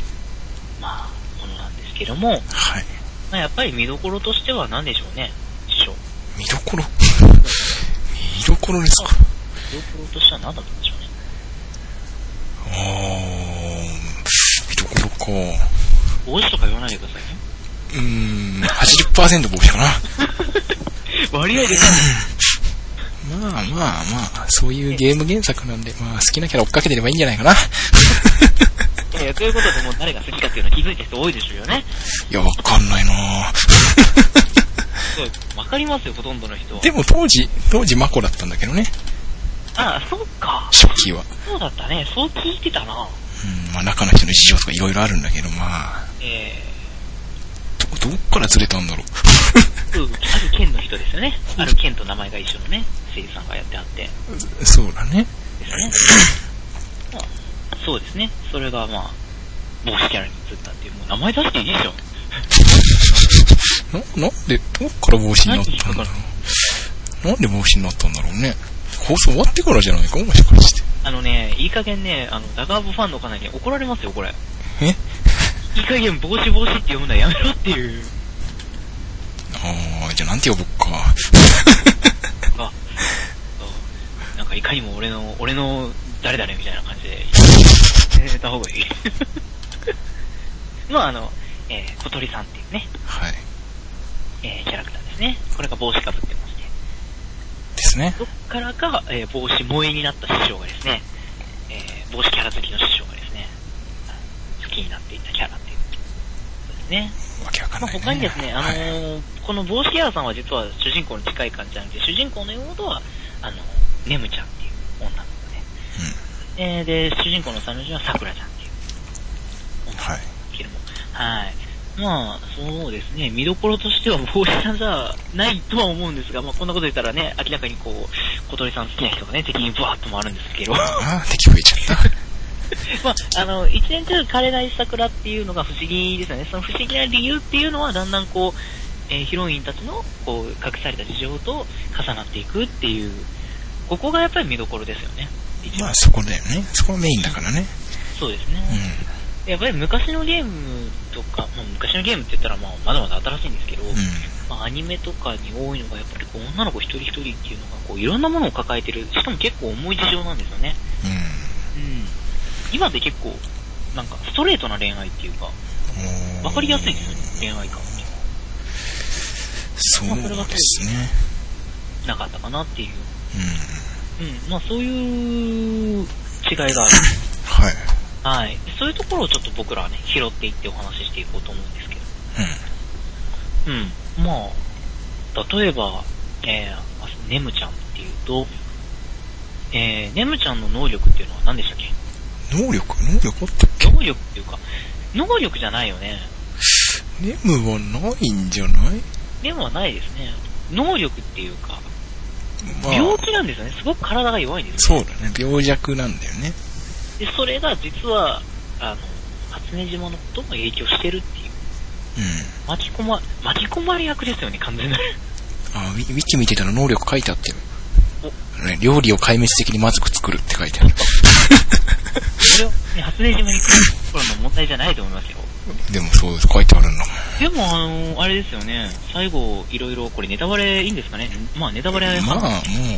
[SPEAKER 1] まあ、ものなんですけども、
[SPEAKER 2] はい。
[SPEAKER 1] まあ、やっぱり見どころとしては何でしょうね、師匠。見
[SPEAKER 2] 見どころ見どころですか
[SPEAKER 1] どころとしては何だったんでしょうね。
[SPEAKER 2] あー、見どころか。
[SPEAKER 1] おいしとか言わないでくださいね。
[SPEAKER 2] うーん、80%帽子かな。
[SPEAKER 1] 割合でかい。
[SPEAKER 2] まあまあまあ、そういうゲーム原作なんで、まあ好きなキャラ追っかけてればいいんじゃないか な。
[SPEAKER 1] えーということで、もう誰が好きかっていうのは気づいた人多いでしょうよね。
[SPEAKER 2] いや、わかんないな
[SPEAKER 1] そう、わかりますよ、ほとんどの人は。
[SPEAKER 2] でも当時、当時マコだったんだけどね、
[SPEAKER 1] あ、そうか。
[SPEAKER 2] 初期は。
[SPEAKER 1] そうだったね。そう聞いてたな。
[SPEAKER 2] うん、まあ中の人の事情とかいろいろあるんだけど、まあ、
[SPEAKER 1] え
[SPEAKER 2] ど、どっからずれたんだろう。
[SPEAKER 1] ー、うんある県の人ですよね。ある県と名前が一緒のね、声優さんがやってあって。
[SPEAKER 2] そうだね。
[SPEAKER 1] ですよね。まあ、そうですね。それがまあ、帽子キャラに移ったっていう、もう名前出していいでしょ。
[SPEAKER 2] な、なんで、どっから帽子になったんだろ
[SPEAKER 1] 何
[SPEAKER 2] う。なんで帽子になったんだろうね。放送終わってからじゃないかもしかして。
[SPEAKER 1] あのね、いい加減ね、あの、ダガーブファンの方に怒られますよ、これ。
[SPEAKER 2] え
[SPEAKER 1] いい加減帽子帽子って読むのはやめろっていう。
[SPEAKER 2] ああ、じゃあなんて呼ぼっか。
[SPEAKER 1] あ、そうなんかいかにも俺の、俺の誰々みたいな感じで言った方がい い。まああの、えー小鳥さんっていうね、
[SPEAKER 2] はい。
[SPEAKER 1] えーキャラクターですね。これが帽子かぶってまして。
[SPEAKER 2] ですね。
[SPEAKER 1] どっからか、えー帽子萌えになった師匠がですね、えー帽子キャラ好きの師匠がですね、好きになっていったキャラっていう。そうですね。
[SPEAKER 2] わけわかん
[SPEAKER 1] まあ、
[SPEAKER 2] ない、ね。
[SPEAKER 1] 他にですね、あの
[SPEAKER 2] はい
[SPEAKER 1] ーこの帽子キャラさんは実は主人公に近い感じなんで、主人公の妹は、あの、ネムちゃんっていう女の子で、えーで、主人公の三女はさくらちゃんっていう女の子
[SPEAKER 2] はい。
[SPEAKER 1] ですけども、はい。まあ、そうですね、見どころとしては帽子さんじゃないとは思うんですが、まあ、こんなこと言ったらね、明らかにこう、小鳥さん好きな人がね、敵にブワーッと回るんですけど、ま
[SPEAKER 2] ああ、敵増えちゃった。
[SPEAKER 1] あ、あの、一年中枯れない桜っていうのが不思議ですよね。その不思議な理由っていうのは、だんだんこう、えーヒロインたちの、こう、隠された事情と重なっていくっていう、ここがやっぱり見どころですよね。一
[SPEAKER 2] ま
[SPEAKER 1] 番
[SPEAKER 2] あ。そこだよね。そこがメインだからね。
[SPEAKER 1] そうですね。
[SPEAKER 2] う
[SPEAKER 1] やっぱり昔のゲームとか、まあ、昔のゲームって言ったら、まあ、まだまだ新しいんですけど、
[SPEAKER 2] ん。うん。
[SPEAKER 1] まあ、アニメとかに多いのが、やっぱりこう女の子一人一人っていうのが、こういろんなものを抱えてる、しかも結構重い事情なんですよね。うん。今で結構、なんかストレートな恋愛っていうか、
[SPEAKER 2] うん。
[SPEAKER 1] わかりやすいですよね、恋愛感っていうの
[SPEAKER 2] そうですね。
[SPEAKER 1] がなかったかなっていう。
[SPEAKER 2] うん。
[SPEAKER 1] うん。まあそういう違いがある。
[SPEAKER 2] はい。
[SPEAKER 1] はい。でそういうところをちょっと僕らはね、拾っていってお話ししていこうと思うんですけど。うん。まあ、例えば、えーあ、ネムちゃんっていうと、えー、ネムちゃんの能力っていうのは何でしたっけ
[SPEAKER 2] 能力能力あったっけ
[SPEAKER 1] 能力っていうか、能力じゃないよね。
[SPEAKER 2] ネムはないんじゃない
[SPEAKER 1] でもはないですね。能力っていうか、
[SPEAKER 2] ま
[SPEAKER 1] 病
[SPEAKER 2] あ、
[SPEAKER 1] 気なんですよね。すごく体が弱いんです
[SPEAKER 2] そ
[SPEAKER 1] よ、
[SPEAKER 2] うだね。病弱なんだよね。
[SPEAKER 1] で、それが実は、あの、初音島のことも影響してるっていう。
[SPEAKER 2] うん。
[SPEAKER 1] 巻き込ま、巻き込まれ役ですよね、完全なる。
[SPEAKER 2] あ、ウィウィキ見てたら能力書いてあったよ
[SPEAKER 1] お。
[SPEAKER 2] ね、料理を壊滅的にまずく作るって書いてある。
[SPEAKER 1] それを、ね、初音島に来る頃の問題じゃないと思いますよ。
[SPEAKER 2] でもそうです。書いてあるんだもん。
[SPEAKER 1] でも、あの、あれですよね。最後、いろいろ、これネタバレいいんですかねまあ、ネタバレは、
[SPEAKER 2] まあ、も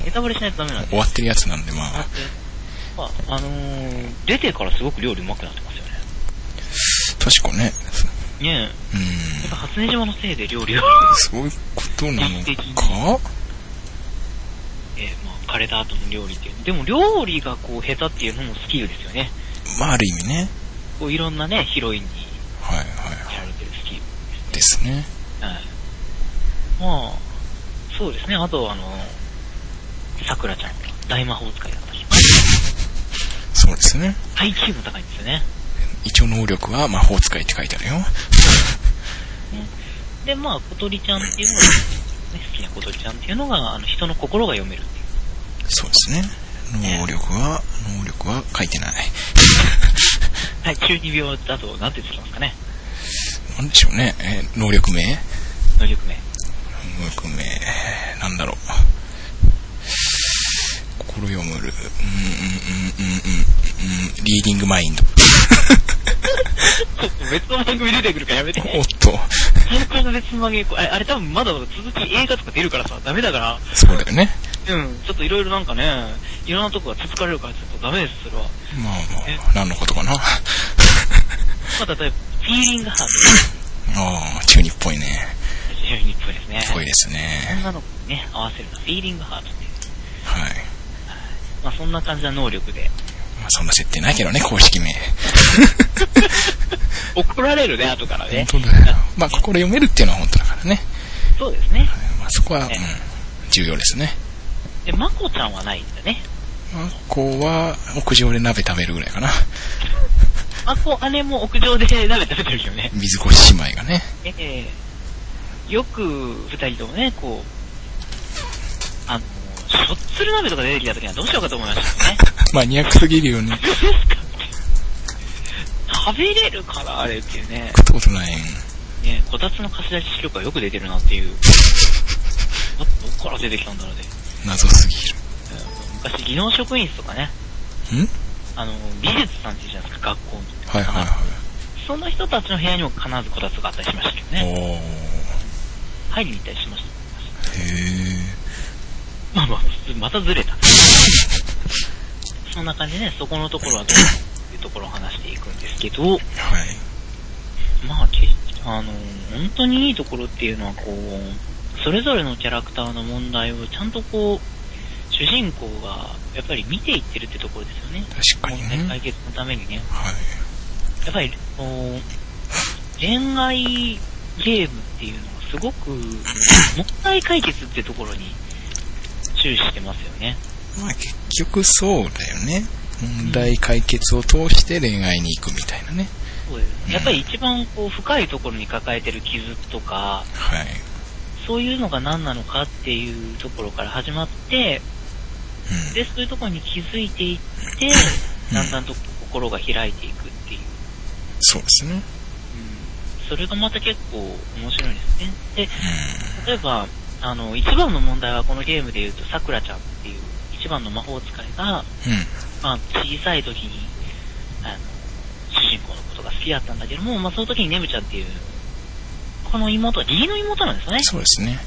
[SPEAKER 1] ネタバレしないとダメなん
[SPEAKER 2] う
[SPEAKER 1] で。
[SPEAKER 2] 終わってるやつなんで、まあ。
[SPEAKER 1] まあ、あのー出てからすごく料理うまくなってますよね。
[SPEAKER 2] 確かね。
[SPEAKER 1] ね
[SPEAKER 2] う
[SPEAKER 1] え、やっ
[SPEAKER 2] ん。
[SPEAKER 1] ぱ初音島のせいで料理を、
[SPEAKER 2] そういうことなのか
[SPEAKER 1] えーまあ、枯れた後の料理っていう。でも、料理がこう、下手っていうのもスキルですよね。
[SPEAKER 2] まあ、ある意味ね。
[SPEAKER 1] こう、いろんなね、ヒロインに
[SPEAKER 2] はいはいは
[SPEAKER 1] やられてるスキル。
[SPEAKER 2] い。ですね。
[SPEAKER 1] はい。まあ、そうですね。あと、あの、桜ちゃんが大魔法使いだったし、
[SPEAKER 2] そうですね。
[SPEAKER 1] IQ も高いんですよね。
[SPEAKER 2] 一応能力は魔法使いって書いてあるよ。
[SPEAKER 1] で、まあ、小鳥ちゃんっていうのが、ね、好きな小鳥ちゃんっていうのが、あの、人の心が読めるっていう。
[SPEAKER 2] そうですね。能力は、能力は書いてない。
[SPEAKER 1] はい、中二病だと、なんて言ってますかね。
[SPEAKER 2] なんでしょうね。えー能力名
[SPEAKER 1] 能力名。
[SPEAKER 2] 能力名。なんだろう。心読むる。うんうんうんうんうんうん。リーディングマインド。
[SPEAKER 1] 別の番組出てくるからやめて。
[SPEAKER 2] おっと。
[SPEAKER 1] 最高の別の番組、あれ、あれ多分まだまだ続き映画とか出るからさ、ダメだか
[SPEAKER 2] そうだよね。
[SPEAKER 1] ら、うん、ちょっといろいろなんかね、いろんなとこが続かれるからちょっとダメです、それは。
[SPEAKER 2] まあまあ、何のことかな。 あ
[SPEAKER 1] まあ、例えば、フィーリングハート。
[SPEAKER 2] あ、中二っぽいね。
[SPEAKER 1] 非常にっぽいですね。
[SPEAKER 2] っぽいですね。
[SPEAKER 1] 女の子にね、合わせるのはフィーリングハートっていう。
[SPEAKER 2] はい。
[SPEAKER 1] まあそんな感じな能力で。
[SPEAKER 2] まあ、そんな設定ないけどね、公式名。
[SPEAKER 1] 怒られるね、後からね。
[SPEAKER 2] 本当だよ。まあ、心読めるっていうのは本当だからね。
[SPEAKER 1] そうですね。
[SPEAKER 2] まあ、そこは、うん
[SPEAKER 1] ね、
[SPEAKER 2] 重要ですね。
[SPEAKER 1] で、まこちゃんはないんだね。
[SPEAKER 2] まあ、こうは、屋上で鍋食べるぐらいかな。
[SPEAKER 1] まこ姉も屋上で鍋食べてるよね。
[SPEAKER 2] 水越姉妹がね。
[SPEAKER 1] ええよく二人ともね、こう、あの、しょっつる鍋とか出てきた時はどうしようかと思いましたね。
[SPEAKER 2] マニアックすぎるよね。
[SPEAKER 1] 食べれるから、あれっていうね。
[SPEAKER 2] 食ったことない。
[SPEAKER 1] ねこたつの貸し出し視力がよく出てるなっていう。どどっから出てきたんだろうね。
[SPEAKER 2] 謎すぎる。
[SPEAKER 1] 昔、技能職員室とかね、
[SPEAKER 2] ん
[SPEAKER 1] あの、美術さんっていうじゃないですか、学校に。
[SPEAKER 2] はいはいは
[SPEAKER 1] その人たちの部屋にも必ずこたつがあったりしましたけど
[SPEAKER 2] い。
[SPEAKER 1] ね。
[SPEAKER 2] おー。
[SPEAKER 1] 入りに行ったりしました。
[SPEAKER 2] へ
[SPEAKER 1] まあまあ、普通、またずれた。そんな感じでね、そこのところはどうっていうところを話していくんですけど、
[SPEAKER 2] ー。はい。
[SPEAKER 1] まあ、けあの、本当にいいところっていうのは、こう、それぞれのキャラクターの問題をちゃんとこう、主人公がやっぱり見ていってるってところですよね。
[SPEAKER 2] 確か
[SPEAKER 1] 問
[SPEAKER 2] に
[SPEAKER 1] 題
[SPEAKER 2] ね
[SPEAKER 1] 解。決のためにね。
[SPEAKER 2] はい。
[SPEAKER 1] やっぱり、こう恋愛ゲームっていうのはすごく、問題解決ってところに注意してますよね。
[SPEAKER 2] まあ、結局そうだよね。問題解決を通して恋愛に行くみたいなね。
[SPEAKER 1] そうですね。やっぱり一番こう深いところに抱えてる傷とか、
[SPEAKER 2] はい。
[SPEAKER 1] そういうのが何なのかっていうところから始まって、
[SPEAKER 2] うん。
[SPEAKER 1] で、そういうところに気づいていって、だんだんと心が開いていくっていう。
[SPEAKER 2] そうですね。
[SPEAKER 1] うん、それがまた結構面白いですね。で、
[SPEAKER 2] う
[SPEAKER 1] 例えば、あの、一番の問題はこのゲームで言うと、さくらちゃんっていう、一番の魔法使いが、
[SPEAKER 2] ん。うん。
[SPEAKER 1] まあ、小さい時に、あの、主人公のことが好きだったんだけども、まあ、その時にねむちゃんっていう、この妹は義理の妹なんですよね。
[SPEAKER 2] そうですね。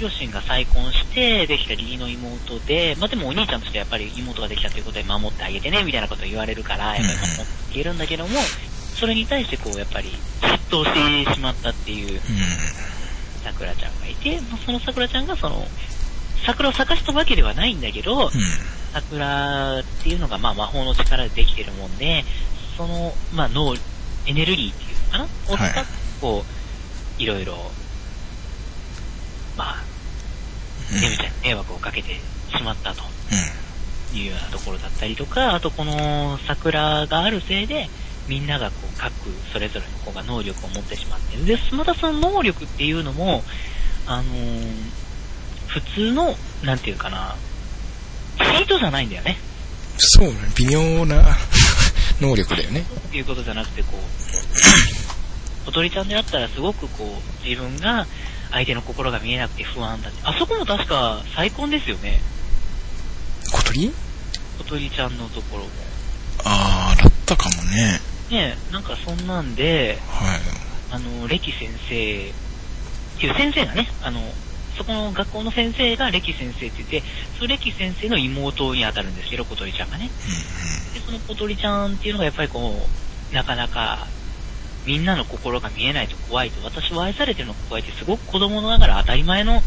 [SPEAKER 1] 両親が再婚して、できた義理の妹で、まあ、でもお兄ちゃんとしてやっぱり妹ができたということで守ってあげてね、みたいなことを言われるから、やっぱり守っているんだけども、それに対してこう、やっぱり、嫉妬してしまったっていう、
[SPEAKER 2] うん。
[SPEAKER 1] 桜ちゃんがいて、まあその桜ちゃんがその、桜を咲かしたわけではないんだけど、
[SPEAKER 2] うん。
[SPEAKER 1] 桜っていうのがまあ魔法の力でできてるもんで、その、まあ、脳、エネルギーっていうのかなを使って、
[SPEAKER 2] はい
[SPEAKER 1] こう、いろいろ、まあ、ねみたいな迷惑をかけてしまったというようなところだったりとか、あとこの桜があるせいで、みんながこう各それぞれの子が能力を持ってしまってる。で、またその能力っていうのも、あのー普通の、なんていうかな、チートじゃないんだよね。
[SPEAKER 2] そうね、微妙な 能力だよね。
[SPEAKER 1] っていうことじゃなくて、こう、おとりちゃんであったらすごくこう、自分が相手の心が見えなくて不安だって。あそこも確か再婚ですよね。
[SPEAKER 2] 小鳥
[SPEAKER 1] おとりちゃんのところも。
[SPEAKER 2] あー、だったかもね。
[SPEAKER 1] ねえ、なんかそんなんで、
[SPEAKER 2] はい。
[SPEAKER 1] あの、レキ先生、っていう先生がね、あの、そこの学校の先生がレキ先生って言って、そのレキ先生の妹に当たるんですけど、小鳥ちゃんがね。で、その小鳥ちゃんっていうのがやっぱりこう、なかなか、みんなの心が見えないと怖いと、私は愛されてるのが怖いって、すごく子供のながら当たり前の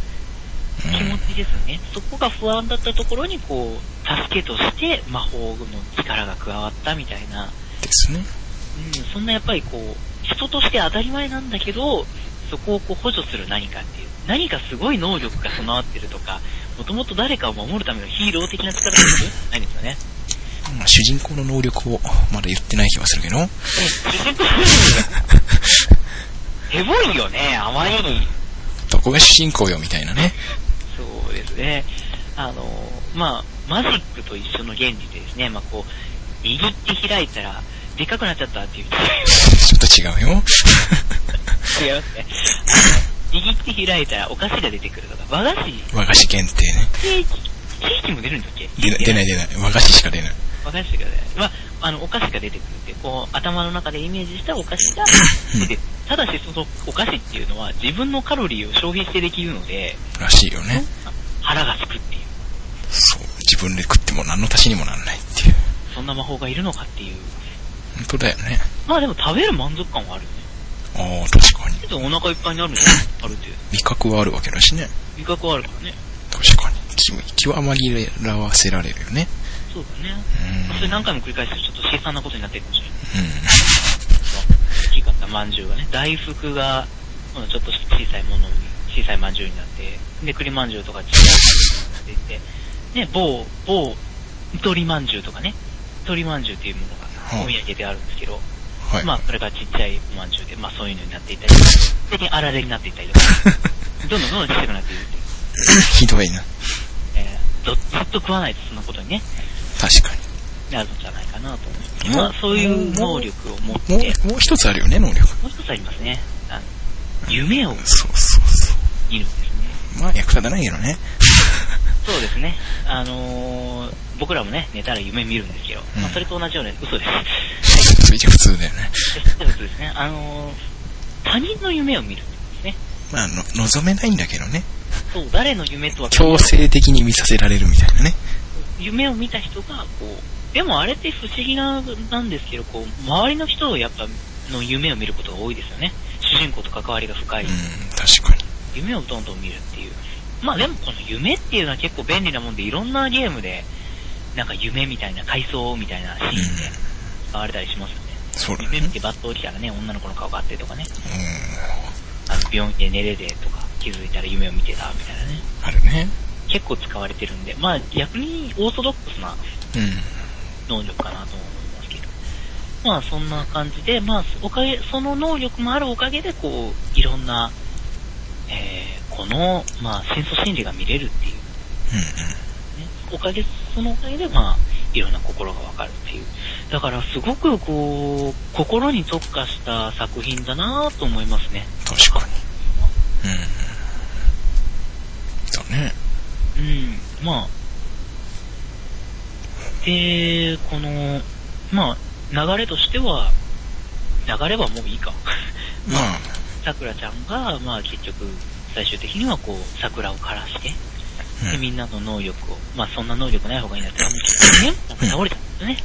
[SPEAKER 2] うんうん。
[SPEAKER 1] 気
[SPEAKER 2] うん。
[SPEAKER 1] 持ちですよね。そこが不安だったところに、こう、助けとして魔法の力が加わったみたいな、
[SPEAKER 2] ですね。
[SPEAKER 1] うん、そんなやっぱりこう、人として当たり前なんだけど、そこをこう補助する何かっていう、何かすごい能力が備わってるとか、もともと誰かを守るためのヒーロー的な力ってないんですよね。
[SPEAKER 2] まあ主人公の能力をまだ言ってない気はするけど。 うん。
[SPEAKER 1] ヘボいよね、あまりに。
[SPEAKER 2] どこが主人公よ、みたいなね。
[SPEAKER 1] そうですね。あの、まあ、マジックと一緒の原理でですね、まあこう、握って開いたら、でっかくなっちゃったっていう。
[SPEAKER 2] ちょっと違う
[SPEAKER 1] 違い
[SPEAKER 2] よ。
[SPEAKER 1] ますね。握って開いたらお菓子が出てくるとか、和菓子、
[SPEAKER 2] 和菓子限定ね。
[SPEAKER 1] ケーキ、ケーキも出るんだっけ
[SPEAKER 2] 出な出ない出ない。和菓子しか出ない。
[SPEAKER 1] わかりましたけどね。まあ、あの、お菓子が出てくるって、こう、頭の中でイメージしたお菓子が出てくるただし、そのお菓子っていうのは自分のカロリーを消費してできるので、
[SPEAKER 2] らしいよね。
[SPEAKER 1] 腹がすくっていう。
[SPEAKER 2] そう。自分で食っても何の足しにもなんないっていう。
[SPEAKER 1] そんな魔法がいるのかっていう。
[SPEAKER 2] 本当だよね。
[SPEAKER 1] まあでも食べる満足感はあるよね。
[SPEAKER 2] ああ、確かに。
[SPEAKER 1] けどお腹いっぱいにな るんじゃん。ある程度。
[SPEAKER 2] 味覚はあるわけだしね。
[SPEAKER 1] 味覚はあるからね。
[SPEAKER 2] 確かに。気気は紛らわせられるよね。
[SPEAKER 1] そうだね。
[SPEAKER 2] うん。
[SPEAKER 1] それ何回も繰り返すとちょっと凄惨なことになってるかもしれない。
[SPEAKER 2] うん。
[SPEAKER 1] 大きかったまんじゅうがね、大福が、このちょっと小さいものに、小さいまんじゅうになって、で、栗まんじゅうとか小さいって言って、ね、某、某、鳥まんじゅうとかね、鳥まんじゅうっていうものが
[SPEAKER 2] は
[SPEAKER 1] お
[SPEAKER 2] い
[SPEAKER 1] 土産であるんですけど、
[SPEAKER 2] はい。
[SPEAKER 1] まあ、それがちっちゃいまんじゅうで、まあそういうのになっていたり、最近あられになっていたりとか、どんどんどんどん小さくなっているっていう。
[SPEAKER 2] ひどいな。
[SPEAKER 1] えー、どずっと食わないとそんなことにね、
[SPEAKER 2] 確かに。
[SPEAKER 1] なるんじゃないかなと思
[SPEAKER 2] うん
[SPEAKER 1] う。まあ、そういう能力を持って、
[SPEAKER 2] もう、もう一つあるよね、能力。
[SPEAKER 1] もう一つありますね。あの夢を
[SPEAKER 2] そうそうそ
[SPEAKER 1] 見るんですね。
[SPEAKER 2] う。まあ、役立たないけどね。
[SPEAKER 1] そうですね。あのー、僕らもね、寝たら夢見るんですけど、
[SPEAKER 2] うん
[SPEAKER 1] まあ、それと同じような、嘘です。
[SPEAKER 2] それじゃ普通だよね。
[SPEAKER 1] 嘘ですね。あのー、他人の夢を見るんですね。
[SPEAKER 2] まあ、の、望めないんだけどね。
[SPEAKER 1] そう、誰の夢とは
[SPEAKER 2] 強制的に見させられるみたいなね。
[SPEAKER 1] 夢を見た人が、こう、でもあれって不思議な、なんですけど、こう、周りの人をやっぱ、の夢を見ることが多いですよね。主人公と関わりが深い。
[SPEAKER 2] うん、確かに。
[SPEAKER 1] 夢をどんどん見るっていう。まあでもこの夢っていうのは結構便利なもんで、いろんなゲームで、なんか夢みたいな、回想みたいなシーンで使われたりしますよね。
[SPEAKER 2] そうだ
[SPEAKER 1] 夢
[SPEAKER 2] ね。
[SPEAKER 1] 見てバッと起きたらね、女の子の顔があってとかね。あの、病院で寝れでとか、気づいたら夢を見てた、みたいなね。
[SPEAKER 2] あるね。
[SPEAKER 1] 結構使われてるんで、まあ逆にオーソドックスな
[SPEAKER 2] うん。
[SPEAKER 1] 能力かなと思いますけど。まあそんな感じで、まあおかげ、その能力もあるおかげで、こう、いろんな、えー、この、まあ戦争心理が見れるっていう。ね、おかげ、そのおかげで、まあ、いろんな心がわかるっていう。だから、すごく、こう、心に特化した作品だなぁと思いますね。
[SPEAKER 2] 確かに。うん。だね。
[SPEAKER 1] うん、まあ。で、この、まあ、流れとしては、流れはもういいか。
[SPEAKER 2] まあ、
[SPEAKER 1] 桜ちゃんが、まあ、結局、最終的には、こう、桜を枯らして、で、
[SPEAKER 2] うん
[SPEAKER 1] みんなの能力を、まあ、そんな能力ない方がいいんだって、ね、なんか倒れたんですよね。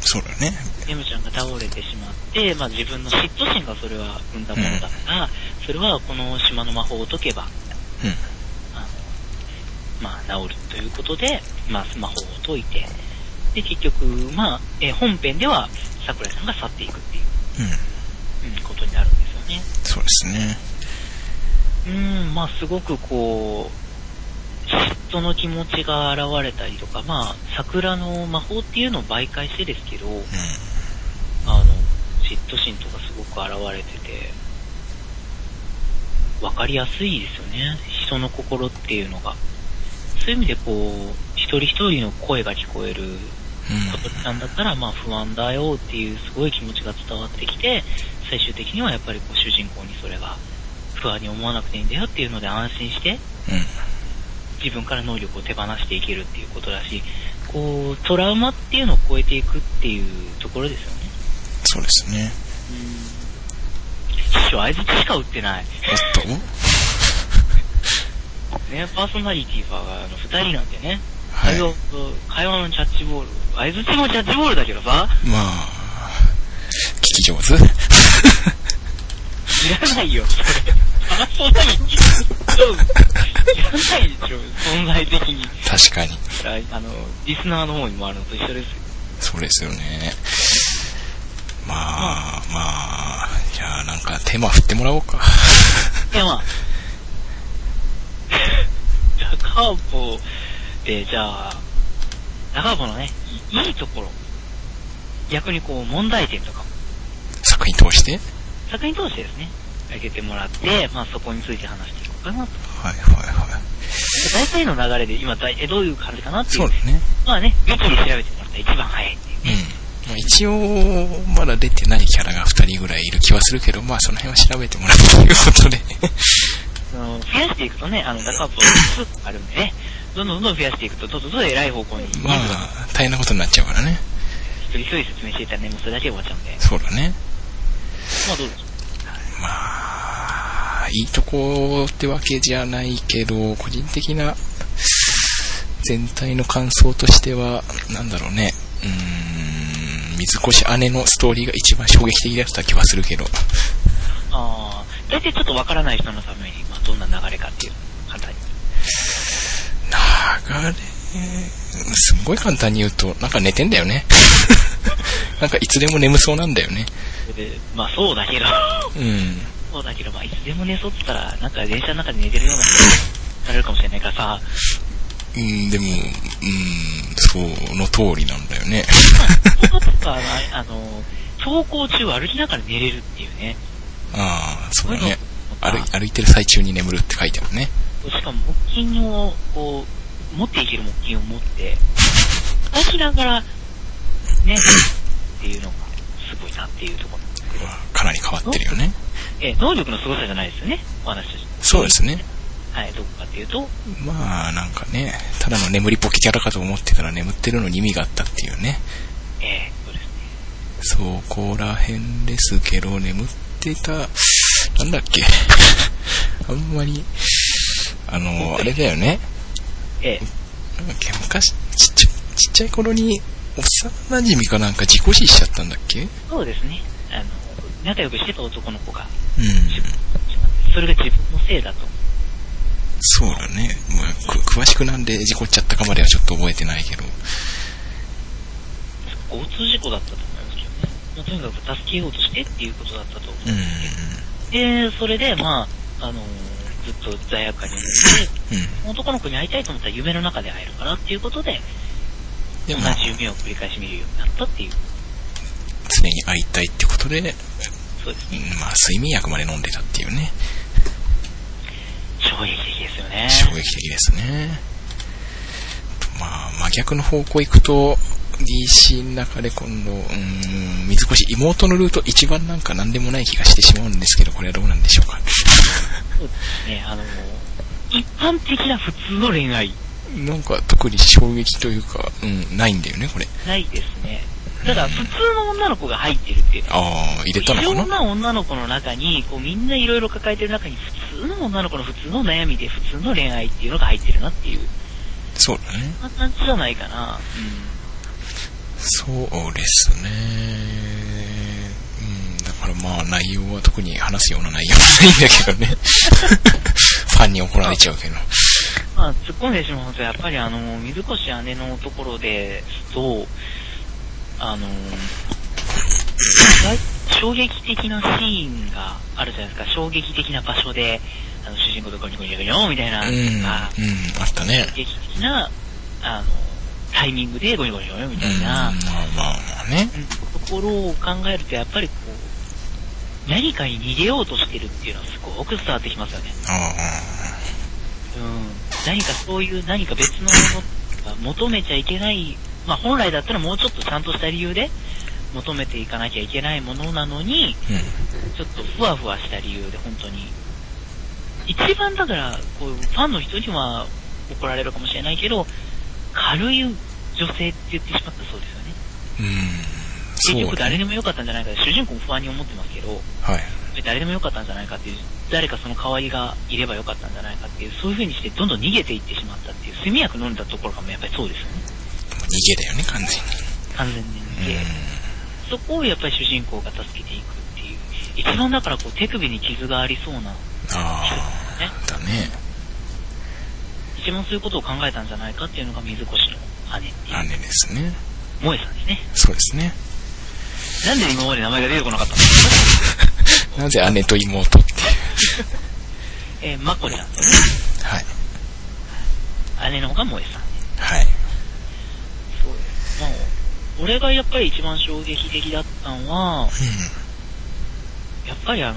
[SPEAKER 2] そうだね。
[SPEAKER 1] エムちゃんが倒れてしまって、まあ、自分の嫉妬心がそれは生んだものだから、それはこの島の魔法を解けば、
[SPEAKER 2] うん。
[SPEAKER 1] あのまあ、治るということで、まあ、魔法を解いて、で、結局、まあ、えー本編では桜井さんが去っていくっていう、
[SPEAKER 2] うん。
[SPEAKER 1] うん、ことになるんですよね。
[SPEAKER 2] そうですね。
[SPEAKER 1] うん、まあすごくこう、嫉妬の気持ちが現れたりとか、まあ桜の魔法っていうのを媒介してですけど、
[SPEAKER 2] う
[SPEAKER 1] あの、嫉妬心とかすごく現れてて、わかりやすいですよね。人の心っていうのが。そういう意味でこう、一人一人の声が聞こえる
[SPEAKER 2] ん。うん。
[SPEAKER 1] ことなんだったら、まあ不安だよっていうすごい気持ちが伝わってきて、最終的にはやっぱりこう主人公にそれが不安に思わなくていいんだよっていうので安心して、
[SPEAKER 2] うん。
[SPEAKER 1] 自分から能力を手放していけるっていうことだし、こう、トラウマっていうのを超えていくっていうところですよね。
[SPEAKER 2] そうですね。
[SPEAKER 1] 師匠、合図しか打ってない。
[SPEAKER 2] おっと
[SPEAKER 1] ね、パーソナリティーがあの二人なんでね、
[SPEAKER 2] はい
[SPEAKER 1] 会。話と会話のキャッチボール、合図もキャッチボールだけどさ、
[SPEAKER 2] まあ、聞き上手
[SPEAKER 1] いらないよ、それ。パーソナリティー、そういらないでしょ、存在的に。
[SPEAKER 2] 確かに。
[SPEAKER 1] あの、リスナーの方にもあるのと一緒ですよ。
[SPEAKER 2] そうですよね。まあ、まあ、じゃあなんか手間振ってもらおう か。
[SPEAKER 1] いや、まあ、 高尾で、じゃあ、高尾のね、いいいところ、逆にこう、問題点とかも、
[SPEAKER 2] 作品通して
[SPEAKER 1] 作品通してですね、挙げてもらって、まあそこについて話していこうかなと。で
[SPEAKER 2] はいはいはい。
[SPEAKER 1] 大体の流れで今大体どういう感じかなってい
[SPEAKER 2] そうう。ですね。
[SPEAKER 1] まあね、一気に調べてもらったら一番早いっていう
[SPEAKER 2] うん。まあ一応、まだ出てないキャラが2人ぐらいいる気はするけど、まあその辺は調べてもらうということで。
[SPEAKER 1] その増やしていくとね、あの、高尾ポーズあるんでね、どんどんどんどん増やしていくと、どんどんどん偉い方向に、
[SPEAKER 2] まあ、大変なことになっちゃうからね。
[SPEAKER 1] 一人一人説明していったらね、もうそれだけで終わっちゃうんで。
[SPEAKER 2] そうだね。
[SPEAKER 1] まあどうでしょう。
[SPEAKER 2] まあ、いいとこってわけじゃないけど、個人的な全体の感想としては、なんだろうね。うーん、水越姉のストーリーが一番衝撃的だった気はするけど。
[SPEAKER 1] ああ、大体ちょっとわからない人のために、まあ、どんな流れかっていう、簡単に。
[SPEAKER 2] 流れ、すんごい簡単に言うと、なんか寝てんだよね。 なんかいつでも眠そうなんだよね。
[SPEAKER 1] それで、まあそうだけど、
[SPEAKER 2] うん。
[SPEAKER 1] そうだけど、まあいつでも寝そうって言ったら、なんか電車の中で寝てるような気になれるかもしれないからさ、
[SPEAKER 2] うん、でも、うん、その通りなんだよね。
[SPEAKER 1] そうとか、あの、走行中歩きながら寝れるっていうね。
[SPEAKER 2] ああ、そうだね。
[SPEAKER 1] あ
[SPEAKER 2] 歩い歩いてる最中に眠るって書いてあるね。
[SPEAKER 1] しかも木琴を、こう、持っていける木琴を持って、歩きながら、ね、っていうのが、すごいなっていうところ。
[SPEAKER 2] かなり変わってるよね。
[SPEAKER 1] え、能力の凄さじゃないですよね、お話として。
[SPEAKER 2] そうですね。
[SPEAKER 1] はい、どこかっていうと、
[SPEAKER 2] まあ、なんかね、ただの眠りポケキャラかと思ってたら眠ってるのに意味があったっていうね。
[SPEAKER 1] えー、そうですね。
[SPEAKER 2] そこら辺ですけど、眠ってた、なんだっけ。あんまり、あの、あれだよね。
[SPEAKER 1] え
[SPEAKER 2] なんだっけ、昔、ちっちゃちっちゃい頃に、幼馴染かなんか自己死しちゃったんだっけうん。
[SPEAKER 1] そうですね。あの、仲良くしてた男の子が、それが自分のせいだと。
[SPEAKER 2] そうだね。まあ、く詳しくなんで事故っちゃったかまではちょっと覚えてないけど。
[SPEAKER 1] 交通事故だったと思いますけどね。まあとにかく助けようとしてっていうことだったと思
[SPEAKER 2] うん。
[SPEAKER 1] う。で、それで、まあ、あのずっと罪悪感になって、
[SPEAKER 2] うん。
[SPEAKER 1] 男の子に会いたいと思ったら夢の中で会えるからっていうことで、
[SPEAKER 2] で
[SPEAKER 1] 同
[SPEAKER 2] も、
[SPEAKER 1] じ夢を繰り返し見るようになったっていう。
[SPEAKER 2] 常に会いたいってことで、
[SPEAKER 1] そうです
[SPEAKER 2] う
[SPEAKER 1] ね。
[SPEAKER 2] んまあ、睡眠薬まで飲んでたっていうね、
[SPEAKER 1] 衝撃的ですよね。
[SPEAKER 2] 衝撃的ですね。とまあ、真逆の方向行くと、DC の中で今度、うーん、水越妹のルート一番なんか何でもない気がしてしまうんですけど、これはどうなんでしょうか。
[SPEAKER 1] そうですね。あの一般的な普通の恋愛。
[SPEAKER 2] なんか特に衝撃というか、うん、ないんだよね、これ。
[SPEAKER 1] ないですね。ただ、普通の女の子が入ってるって、
[SPEAKER 2] ああ、入れ
[SPEAKER 1] い
[SPEAKER 2] たの
[SPEAKER 1] ろ
[SPEAKER 2] か
[SPEAKER 1] ん
[SPEAKER 2] な
[SPEAKER 1] な女の子の中に、こうみんないろいろ抱えてる中に、普通の女の子の普通の悩みで、普通の恋愛っていうのが入ってるなっていう
[SPEAKER 2] そうだね。
[SPEAKER 1] 感じじゃないかな。
[SPEAKER 2] そうですね。うん、だからまあ内容は 特に話すような内容はないんだけどね。ファンに怒られちゃうけ
[SPEAKER 1] う
[SPEAKER 2] ど。
[SPEAKER 1] ん。まあ、突っ込んでしまうと、やっぱりあの、水越姉のところですと、あの、衝撃的なシーンがあるじゃないですか、衝撃的な場所で、あの、主人公とゴニョゴニョゴニョみたいな、
[SPEAKER 2] うん、うん、あ
[SPEAKER 1] あ
[SPEAKER 2] ったね。
[SPEAKER 1] 衝撃的な、あの、タイミングでゴニョゴニョゴニョみ
[SPEAKER 2] う
[SPEAKER 1] た
[SPEAKER 2] ん、
[SPEAKER 1] い
[SPEAKER 2] ま
[SPEAKER 1] な
[SPEAKER 2] あ、まあまあね。
[SPEAKER 1] ところを考えると、やっぱりこう、何かに逃げようとしてるっていうのはすごく伝わってきますよね。
[SPEAKER 2] あ
[SPEAKER 1] うん。何かそういう、何か別のものが求めちゃいけない、まあ本来だったらもうちょっとちゃんとした理由で求めていかなきゃいけないものなのに、
[SPEAKER 2] あ、うん、
[SPEAKER 1] ちょっとふわふわした理由で本当に。一番だから、こう、ファンの人には怒られるかもしれないけど、軽い女性って言ってしまったそうですよね。
[SPEAKER 2] うん、そ
[SPEAKER 1] 結
[SPEAKER 2] うね
[SPEAKER 1] 局誰でもよかったんじゃないか、主人公も不安に思ってますけど、
[SPEAKER 2] はい。
[SPEAKER 1] 誰でもよかったんじゃないかっていう、誰かその代わりがいればよかったんじゃないかっていう、そういう風にしてどんどん逃げていってしまったっていう、睡眠薬飲んだところがもうやっぱりそうですよね。
[SPEAKER 2] 逃げだよね、完全
[SPEAKER 1] 完全に逃
[SPEAKER 2] に。
[SPEAKER 1] げ。
[SPEAKER 2] うん、
[SPEAKER 1] そこをやっぱり主人公が助けていくっていう、一番だからこう手首に傷がありそうな
[SPEAKER 2] あ
[SPEAKER 1] 人ね。
[SPEAKER 2] あ、だね。
[SPEAKER 1] 一番そういうことを考えたんじゃないかっていうのが水越の姉っていう、
[SPEAKER 2] 姉ですね。
[SPEAKER 1] 萌えさんですね。
[SPEAKER 2] そうですね。
[SPEAKER 1] なんで今まで名前が出てこなかったの
[SPEAKER 2] なぜ姉と妹っていう。
[SPEAKER 1] えー、まこちゃんです
[SPEAKER 2] はい。
[SPEAKER 1] ね。姉の方が萌えさん。
[SPEAKER 2] はい。
[SPEAKER 1] そうです。まあ、俺がやっぱり一番衝撃的だったのは、
[SPEAKER 2] う
[SPEAKER 1] やっぱりあの、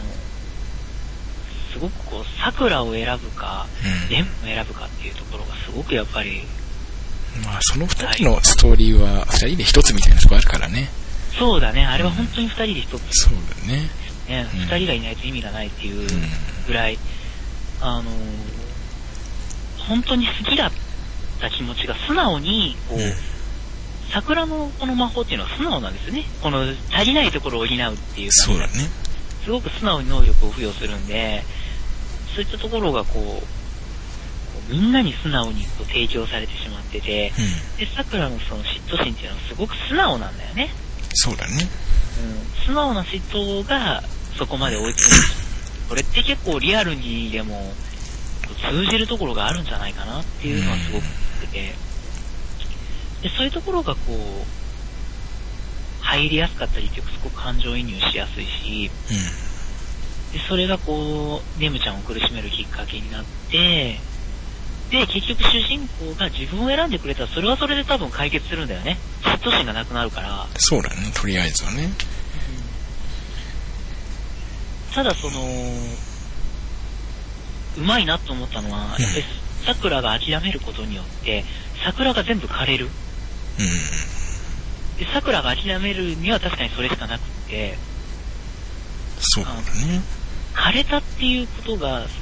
[SPEAKER 1] すごくこう、桜を選ぶか、
[SPEAKER 2] ん。
[SPEAKER 1] レモンを選ぶかっていうところがすごくやっぱり、
[SPEAKER 2] うん。まあ、その二人のストーリーは、二人で一つみたいなとこあるからね。
[SPEAKER 1] そうだね、あれは本当に二人で一つ
[SPEAKER 2] そうだね。
[SPEAKER 1] ね、
[SPEAKER 2] うん
[SPEAKER 1] 二、人がいないと意味がないっていう
[SPEAKER 2] うん。
[SPEAKER 1] ぐらい、あのー本当に好きだった気持ちが素直に、こう、
[SPEAKER 2] うん
[SPEAKER 1] 桜のこの魔法っていうのは素直なんですよね。この足りないところを補うっていう
[SPEAKER 2] そうだね。
[SPEAKER 1] すごく素直に能力を付与するんで、そういったところがこう、こうみんなに素直にこう提供されてしまってて、
[SPEAKER 2] うん。
[SPEAKER 1] で、桜のその嫉妬心っていうのはすごく素直なんだよね。
[SPEAKER 2] そうだね。
[SPEAKER 1] うん。素直な嫉妬がそこまで追い詰める。これって結構リアルにでもこう通じるところがあるんじゃないかなっていうのはすごく思ってて、で、そういうところがこう、入りやすかったり、結構すごく感情移入しやすいし、
[SPEAKER 2] うん。
[SPEAKER 1] で、それがこう、ネムちゃんを苦しめるきっかけになって、で、結局主人公が自分を選んでくれたら、それはそれで多分解決するんだよね。嫉妬心がなくなるから。
[SPEAKER 2] そうだね。とりあえずはね。
[SPEAKER 1] ただその、うまいなと思ったのは、
[SPEAKER 2] うん
[SPEAKER 1] やっぱり桜が諦めることによって、桜が全部枯れる。
[SPEAKER 2] うん。
[SPEAKER 1] で、桜が諦めるには確かにそれしかなくって、
[SPEAKER 2] そうだね。
[SPEAKER 1] 枯れたっていうことが、その、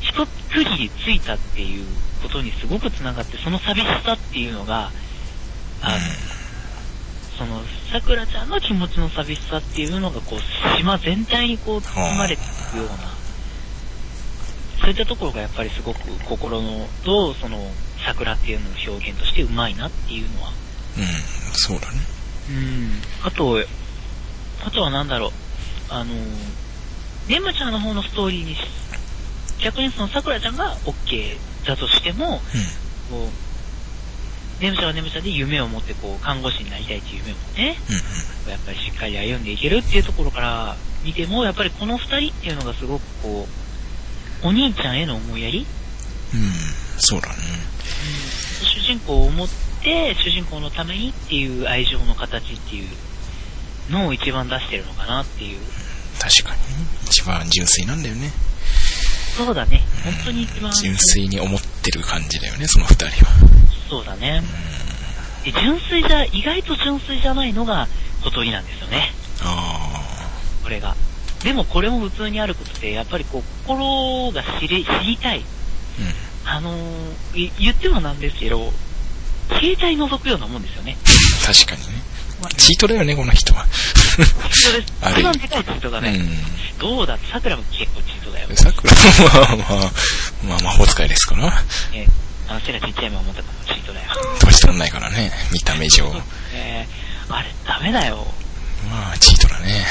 [SPEAKER 1] 一区切りついたっていうことにすごくつながって、その寂しさっていうのが、あの、その、桜ちゃんの気持ちの寂しさっていうのが、こう、島全体にこう、包まれていくような、そういったところがやっぱりすごく心の、どうその、桜っていうのの表現としてうまいなっていうのは。
[SPEAKER 2] うん。うん。そうだね。
[SPEAKER 1] うん。あと、あとはなんだろう、あの、ネムちゃんの方のストーリーにし、逆にその桜ちゃんが OK だとしても、こう、ネムちゃんはネムちゃんで夢を持って、こう、看護師になりたいっていう夢を持ってね、
[SPEAKER 2] うん。うん。
[SPEAKER 1] やっぱりしっかり歩んでいけるっていうところから見ても、やっぱりこの二人っていうのがすごくこう、お兄ちゃんへの思いやり、
[SPEAKER 2] うん。うん。そうだね。
[SPEAKER 1] 主人公を思って、主人公のためにっていう愛情の形っていうのを一番出してるのかなっていう。
[SPEAKER 2] 確かに。一番純粋なんだよね。
[SPEAKER 1] そうだね。本当に一番。
[SPEAKER 2] 純粋に思ってる感じだよね、その二人は。
[SPEAKER 1] そうだね。で純粋じゃ、意外と純粋じゃないのが小鳥なんですよね。
[SPEAKER 2] あ
[SPEAKER 1] これが。でもこれも普通にあることで、やっぱりこう、心が知れ、知りたい。
[SPEAKER 2] あ。う
[SPEAKER 1] あのーい言ってはなんですけど、携帯覗くようなもんですよね。
[SPEAKER 2] ん。確かにね。チートだよね、この人は。
[SPEAKER 1] そうです。
[SPEAKER 2] ある
[SPEAKER 1] 一番でかいチートだね。
[SPEAKER 2] う
[SPEAKER 1] どうだって、桜も結構チートだよ
[SPEAKER 2] ん。。さくらは、まあまあ、まあ、魔法使いですから。
[SPEAKER 1] えーあの、背がちっちゃいまま持ったからチート だよ。
[SPEAKER 2] 年取らないからね、見た目上。
[SPEAKER 1] えーあれ、ダメだよ。
[SPEAKER 2] まあ、チートだね。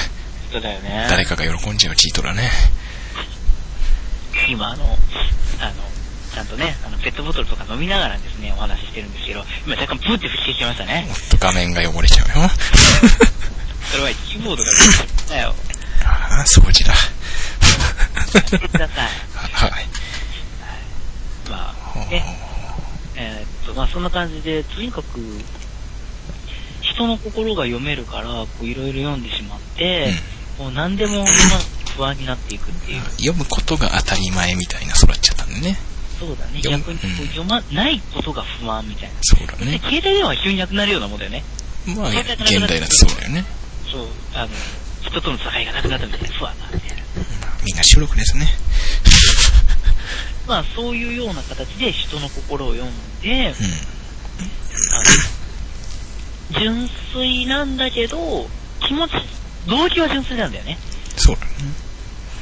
[SPEAKER 1] チートだよね。
[SPEAKER 2] 誰かが喜んじゃうチートだね。
[SPEAKER 1] 今あの、あの、ちゃんとね、あの、ペットボトルとか飲みながらですね、お話ししてるんですけど、今若干ブーって吹き消しましたね
[SPEAKER 2] お。っと画面が汚れちゃうよ。
[SPEAKER 1] それはキーボードが吹きだ よ。
[SPEAKER 2] ああ、掃除だ。
[SPEAKER 1] やってください。
[SPEAKER 2] はい。
[SPEAKER 1] まあ、ね、えーっと、まあそんな感じで、とにかく、人の心が読めるから、こういろいろ読んでしまって、もう何でも今不安になっていくっていう。
[SPEAKER 2] 読むことが当たり前みたいな育っちゃったんでね。
[SPEAKER 1] そうだね。
[SPEAKER 2] 読
[SPEAKER 1] 逆
[SPEAKER 2] む
[SPEAKER 1] にこ
[SPEAKER 2] う
[SPEAKER 1] うん読まないことが不安みたいな。
[SPEAKER 2] そうだ
[SPEAKER 1] で。
[SPEAKER 2] ね
[SPEAKER 1] 携帯電話が急になくなるようなもんだよね。
[SPEAKER 2] まあ、現代だとそうだよね。
[SPEAKER 1] そう、あの、人との境がなくなったみたいな、不安だみたいな。
[SPEAKER 2] みんな収録ですね。
[SPEAKER 1] まあそういうような形で人の心を読んで、
[SPEAKER 2] うん。
[SPEAKER 1] あの純粋なんだけど、気持ち、動機は純粋なんだよね。
[SPEAKER 2] そうだね。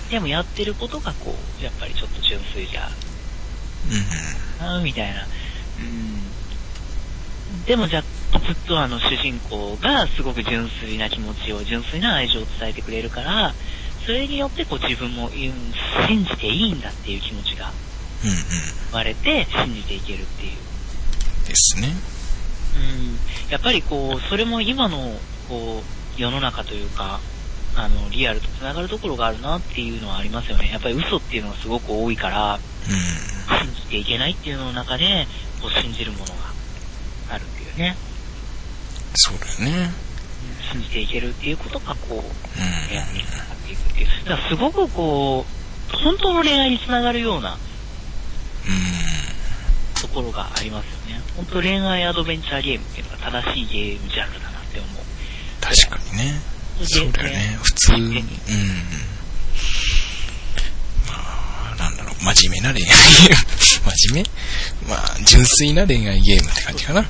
[SPEAKER 1] でもやってることがこう、やっぱりちょっと純粋じゃ
[SPEAKER 2] うん。
[SPEAKER 1] な、みたいな。うん。でもじゃあ、ずっとあの主人公がすごく純粋な気持ちを、純粋な愛情を伝えてくれるから、それによってこう自分も、うん、信じていいんだっていう気持ちが
[SPEAKER 2] うんうん。
[SPEAKER 1] 生まれて、信じていけるっていう。
[SPEAKER 2] ですね。
[SPEAKER 1] うんやっぱりこう、それも今の、こう、世の中というか、あの、リアルと繋がるところがあるなっていうのはありますよね。やっぱり嘘っていうのがすごく多いから、
[SPEAKER 2] うん。
[SPEAKER 1] 信じていけないっていうのの中で、こう、信じるものがあるっていうね。
[SPEAKER 2] そうだよね。
[SPEAKER 1] 信じていけるっていうことが、こう、
[SPEAKER 2] う
[SPEAKER 1] 恋愛に
[SPEAKER 2] ん。
[SPEAKER 1] 繋がっていくっていう。だからすごくこう、本当の恋愛に繋がるような
[SPEAKER 2] うん。
[SPEAKER 1] ところがありますよね。本当恋愛アドベンチャーゲームっていうのが正しいゲームジャンルだなって思う。
[SPEAKER 2] 確かにね。
[SPEAKER 1] で
[SPEAKER 2] そうだよね。普通、うん。まあ、なんだろう、真面目な恋愛 ゲーム。真面目まあ、純粋な恋愛ゲームって感じかな。う。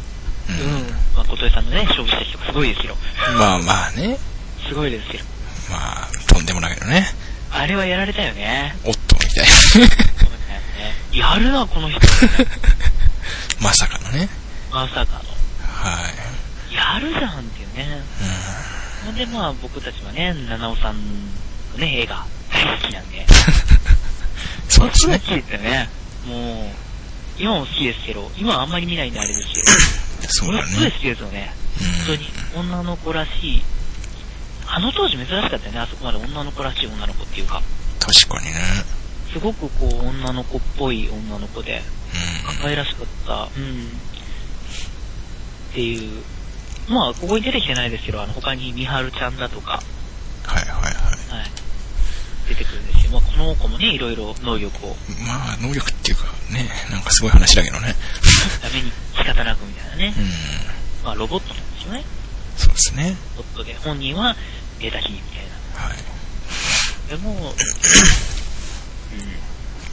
[SPEAKER 1] うんん。まあ、琴江さんのね、勝負した人がすごいですよ。
[SPEAKER 2] まあまあね。
[SPEAKER 1] すごいですよ。
[SPEAKER 2] まあ、とんでもないけどね。
[SPEAKER 1] あれはやられたよね。
[SPEAKER 2] おっと、みたいな。
[SPEAKER 1] そうだよね。やるな、この人。
[SPEAKER 2] まさかのね。
[SPEAKER 1] まさかの。
[SPEAKER 2] はい。
[SPEAKER 1] やるじゃんっていうね。ほんで、まあ、僕たちはね、七尾さんのね、映画、大好きなんで。
[SPEAKER 2] そうですね
[SPEAKER 1] 好。きですよね。もう、今も好きですけど、今はあんまり見ないんであれですけ
[SPEAKER 2] そ
[SPEAKER 1] ど、
[SPEAKER 2] う
[SPEAKER 1] も
[SPEAKER 2] だ
[SPEAKER 1] のすごい
[SPEAKER 2] ね。
[SPEAKER 1] 好きですよね。本
[SPEAKER 2] う
[SPEAKER 1] 当
[SPEAKER 2] ん。
[SPEAKER 1] に、女の子らしい。あの当時珍しかったよね、あそこまで女の子らしい女の子っていうか。
[SPEAKER 2] 確かにね。
[SPEAKER 1] すごくこう、女の子っぽい女の子で、可愛らしかった。うん。っていう。まあ、ここに出てきてないですけど、あの、他にみはるちゃんだとか、
[SPEAKER 2] うん。はいはいはい。
[SPEAKER 1] はい。出てくるんですよ。まあ、この子もね、いろいろ能力を
[SPEAKER 2] まあ、能力っていうか、ね、なんかすごい話だけどね。
[SPEAKER 1] ダメに仕方なくみたいなね
[SPEAKER 2] う。ん。
[SPEAKER 1] まあ、ロボットなんですよね。
[SPEAKER 2] そうですね。
[SPEAKER 1] ロボットで、本人は出た日みたいな。
[SPEAKER 2] はい。
[SPEAKER 1] でも、うん。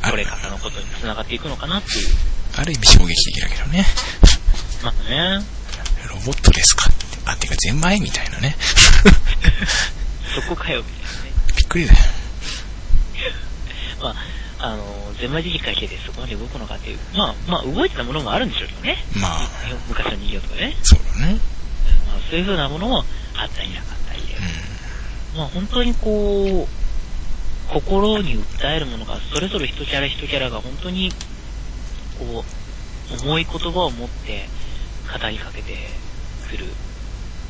[SPEAKER 2] あ
[SPEAKER 1] これからのことに繋がっていくのかなっていう。
[SPEAKER 2] ある意味衝撃的だけどね。
[SPEAKER 1] まあね、
[SPEAKER 2] ロボットですかってあ、てか全米みたいなね。
[SPEAKER 1] そこかよ、みたいなね。
[SPEAKER 2] びっくりだよ。
[SPEAKER 1] まあ、あの、全枚理解してそこまで動くのかっていう。まあ、まあ、動いてたものもあるんでしょうけどね。
[SPEAKER 2] まあ、
[SPEAKER 1] 昔の人形とかね。
[SPEAKER 2] そうだね。
[SPEAKER 1] うんまあ、そういう風なものもあったりなかったりで。まあ、本当にこう、心に訴えるものが、それぞれ一キャラ一キャラが本当に、こう、重い言葉を持って語りかけてくる。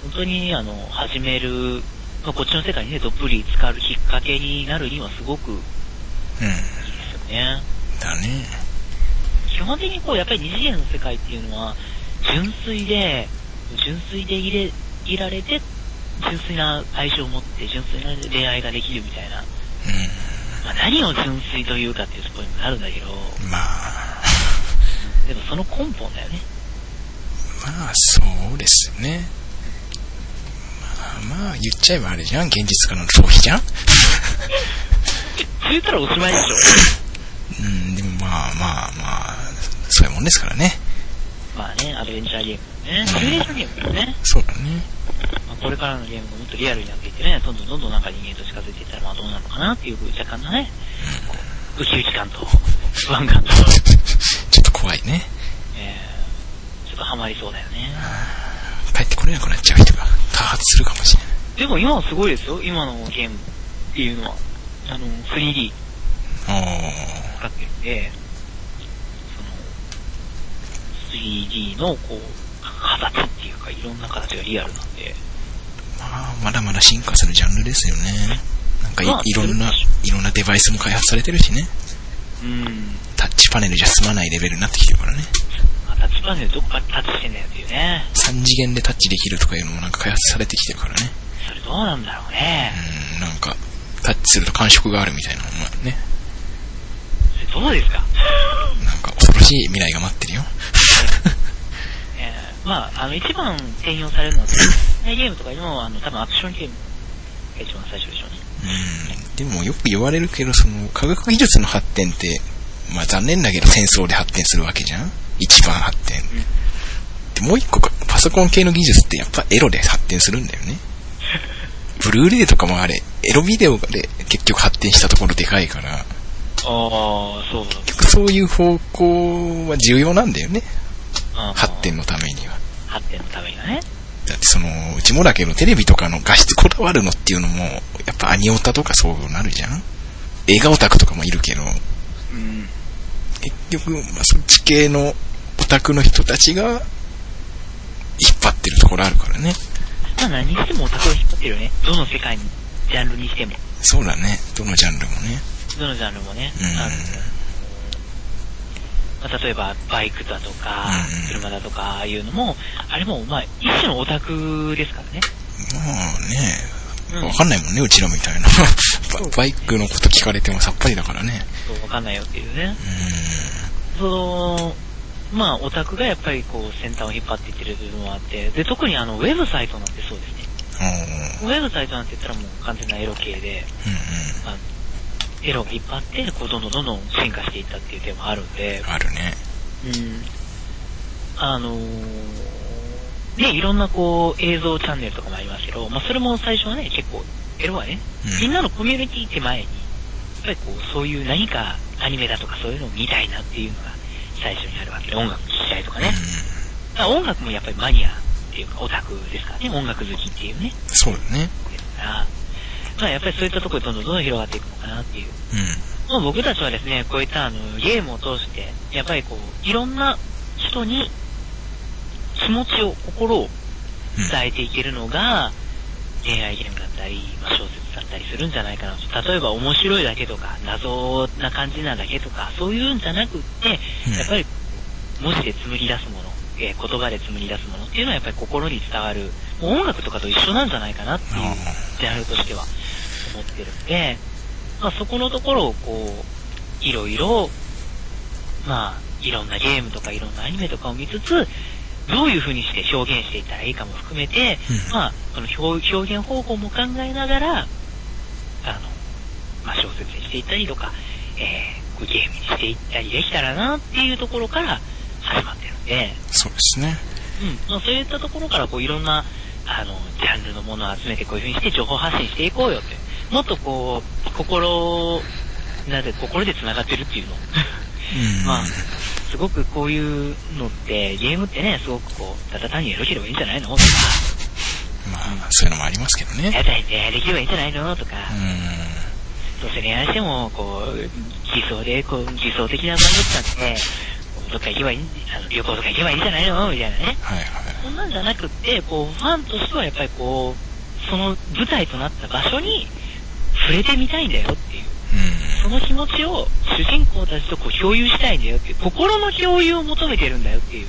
[SPEAKER 1] 本当に、あの、始める、まあ、こっちの世界にね、どっぷり浸かるきっかけになるにはすごくいい
[SPEAKER 2] うん。うん。
[SPEAKER 1] ですよね。
[SPEAKER 2] だね。
[SPEAKER 1] 基本的にこう、やっぱり二次元の世界っていうのは、純粋で、純粋でいれいられて、純粋な愛情を持って、純粋な恋愛ができるみたいな。まあ、何を純粋というかっていうところにもなるんだけど、
[SPEAKER 2] うん。まあ、
[SPEAKER 1] でもその根本だよね。
[SPEAKER 2] まあ、そうですね。まあ、まあ、言っちゃえばあれじゃん。現実からの逃避じゃん。
[SPEAKER 1] そう言ったらおしまいでしょ。
[SPEAKER 2] うん、でもまあまあまあ、そういうもんですからね。
[SPEAKER 1] まあね、アドベンチャーゲームね。シミュレーションゲームだよね。
[SPEAKER 2] そうだね。
[SPEAKER 1] まあ、これからのゲームがもっとリアルになっていってね、どんどんどんどんなんか人間と近づいていったら、まあどうなのかなっていう若干のね、こうウキウキ感と、不安感と、
[SPEAKER 2] ちょっと怖いね。
[SPEAKER 1] えー、ちょっとハマりそうだよね。
[SPEAKER 2] 帰ってこれなくなっちゃう人が多発するかもしれない。
[SPEAKER 1] でも今はすごいですよ、今のゲームっていうのは。あの、3D
[SPEAKER 2] おー。
[SPEAKER 1] 使ってるんで、 3D のこう、形っていうか、いろんな形がリアルなんで、
[SPEAKER 2] まあ、まだまだ進化するジャンルですよね。なんかい
[SPEAKER 1] まあ
[SPEAKER 2] いろんな
[SPEAKER 1] それ、
[SPEAKER 2] いろんなデバイスも開発されてるしね。
[SPEAKER 1] うん。
[SPEAKER 2] タッチパネルじゃ済まないレベルになってきてるからね。
[SPEAKER 1] まあタッチパネルどっかタッチしてんだよっていうね。
[SPEAKER 2] 3次元でタッチできるとかいうのもなんか開発されてきてるからね。
[SPEAKER 1] それどうなんだろうね。
[SPEAKER 2] うん、なんか、タッチすると感触があるみたいなのもあるね。
[SPEAKER 1] それどうですか、
[SPEAKER 2] なんか恐ろしい未来が待ってるよ。
[SPEAKER 1] えーまあ、あの、一番転用されるのは、ゲームとかにも、あの、多分アクションゲームが一番最初でしょうね。
[SPEAKER 2] うん、でもよく言われるけど、その科学技術の発展って、まあ残念だけど戦争で発展するわけじゃん一番発展。で、もう一個か、パソコン系の技術ってやっぱエロで発展するんだよね。ブルーレイとかもあれ、エロビデオで結局発展したところでかいから、
[SPEAKER 1] ああ、そうだ。
[SPEAKER 2] 結局そういう方向は重要なんだよね。
[SPEAKER 1] あー
[SPEAKER 2] 発。展のためには。
[SPEAKER 1] 発展のためにはね。
[SPEAKER 2] だってその、うちもだけどテレビとかの画質こだわるのっていうのも、やっぱアニオタとかそうなるじゃん映画オタクとかもいるけど、
[SPEAKER 1] うん。
[SPEAKER 2] 結局、まあ、そっち系のオタクの人たちが、引っ張ってるところあるからね。
[SPEAKER 1] まあ、何してもオタクを引っ張ってるよね。どの世界に、ジャンルにしても。
[SPEAKER 2] そうだね。どのジャンルもね。
[SPEAKER 1] どのジャンルもね。
[SPEAKER 2] うん
[SPEAKER 1] あのまあ、例えば、バイクだとか
[SPEAKER 2] うんうん、
[SPEAKER 1] 車だとかいうのも、あれも、まあ、一種のオタクですからね。
[SPEAKER 2] まあ
[SPEAKER 1] う
[SPEAKER 2] ね、
[SPEAKER 1] ん。
[SPEAKER 2] わかんないもんね、うちらみたいな。 ババイクのこと聞かれてもさっぱりだからね。
[SPEAKER 1] そうわかんないよっていうね。
[SPEAKER 2] う
[SPEAKER 1] その、まあ、オタクがやっぱりこう、先端を引っ張っていってる部分もあって、で、特にあの、ウェブサイトなんてそうですね。
[SPEAKER 2] ん。
[SPEAKER 1] ウ
[SPEAKER 2] おー
[SPEAKER 1] ェブサイトなんて言ったらもう完全なエロ系で、
[SPEAKER 2] うん
[SPEAKER 1] あのエロが引っ張って、こう、どんどんどんどん進化していったっていう点もあるんで
[SPEAKER 2] うん。、あるね。
[SPEAKER 1] うん。あのー、で、いろんなこう、映像チャンネルとかもありますけど、まあ、それも最初はね、結構、エロはね、
[SPEAKER 2] うん。
[SPEAKER 1] みんなのコミュニティ手前に、やっぱりこう、そういう何かアニメだとかそういうのを見たいなっていうのが最初にあるわけで、音楽聴きたいとか
[SPEAKER 2] う
[SPEAKER 1] ね
[SPEAKER 2] ん。。
[SPEAKER 1] だから音楽もやっぱりマニアっていうか、オタクですからね、音楽好きっていうね。
[SPEAKER 2] そうだね。
[SPEAKER 1] ですから、まあやっぱりそういったところでどんどんどんどん広がっていくのかなっていう。
[SPEAKER 2] うん。
[SPEAKER 1] もう僕たちはですね、こういったあの、ゲームを通して、やっぱりこう、いろんな人に気持ちを、心を
[SPEAKER 2] うん。
[SPEAKER 1] 伝えていけるのが、恋愛ゲームだったり、まあ、小説だったりするんじゃないかなと。例えば面白いだけとか、謎な感じなだけとか、そういうんじゃなくって、やっぱり文字で紡ぎ出すもの、えー言葉で紡ぎ出すものっていうのはやっぱり心に伝わる、もう音楽とかと一緒なんじゃないかなっていう
[SPEAKER 2] あ
[SPEAKER 1] ジャンルとしては思ってるんで、まあ、そこのところをこう、いろいろ、まあ、いろんなゲームとかいろんなアニメとかを見つつ、どういう風にして表現していったらいいかも含めて、
[SPEAKER 2] うん
[SPEAKER 1] まあ、その表表現方法も考えながら、あの、まあ、小説にしていったりとか、えー、ゲームにしていったりできたらなっていうところから始まってるんで、
[SPEAKER 2] そうですね。
[SPEAKER 1] うん、まあ、そういったところからこういろんなあのジャンルのものを集めてこういう風にして情報発信していこうよってもっとこう心なぜ心で繋がってるっていうの
[SPEAKER 2] うん。
[SPEAKER 1] まあすごくこういうのってゲームってねすごくこうただ単にエロければいいんじゃないのとか
[SPEAKER 2] まあ、そういうのもありますけどね。
[SPEAKER 1] やたいてできればいいんじゃないのとか
[SPEAKER 2] うん。
[SPEAKER 1] どうせ恋愛してもこう理想でこう理想的な番組なんてどっか行けばいいあの旅行とか行けばいいんじゃないのみたいなね
[SPEAKER 2] はいはい。
[SPEAKER 1] そんなんじゃなくって、こう、ファンとしてはやっぱりこう、その舞台となった場所に触れてみたいんだよっていう。
[SPEAKER 2] う
[SPEAKER 1] そ
[SPEAKER 2] ん。
[SPEAKER 1] の気持ちを主人公たちとこう共有したいんだよっていう。心の共有を求めてるんだよっていう。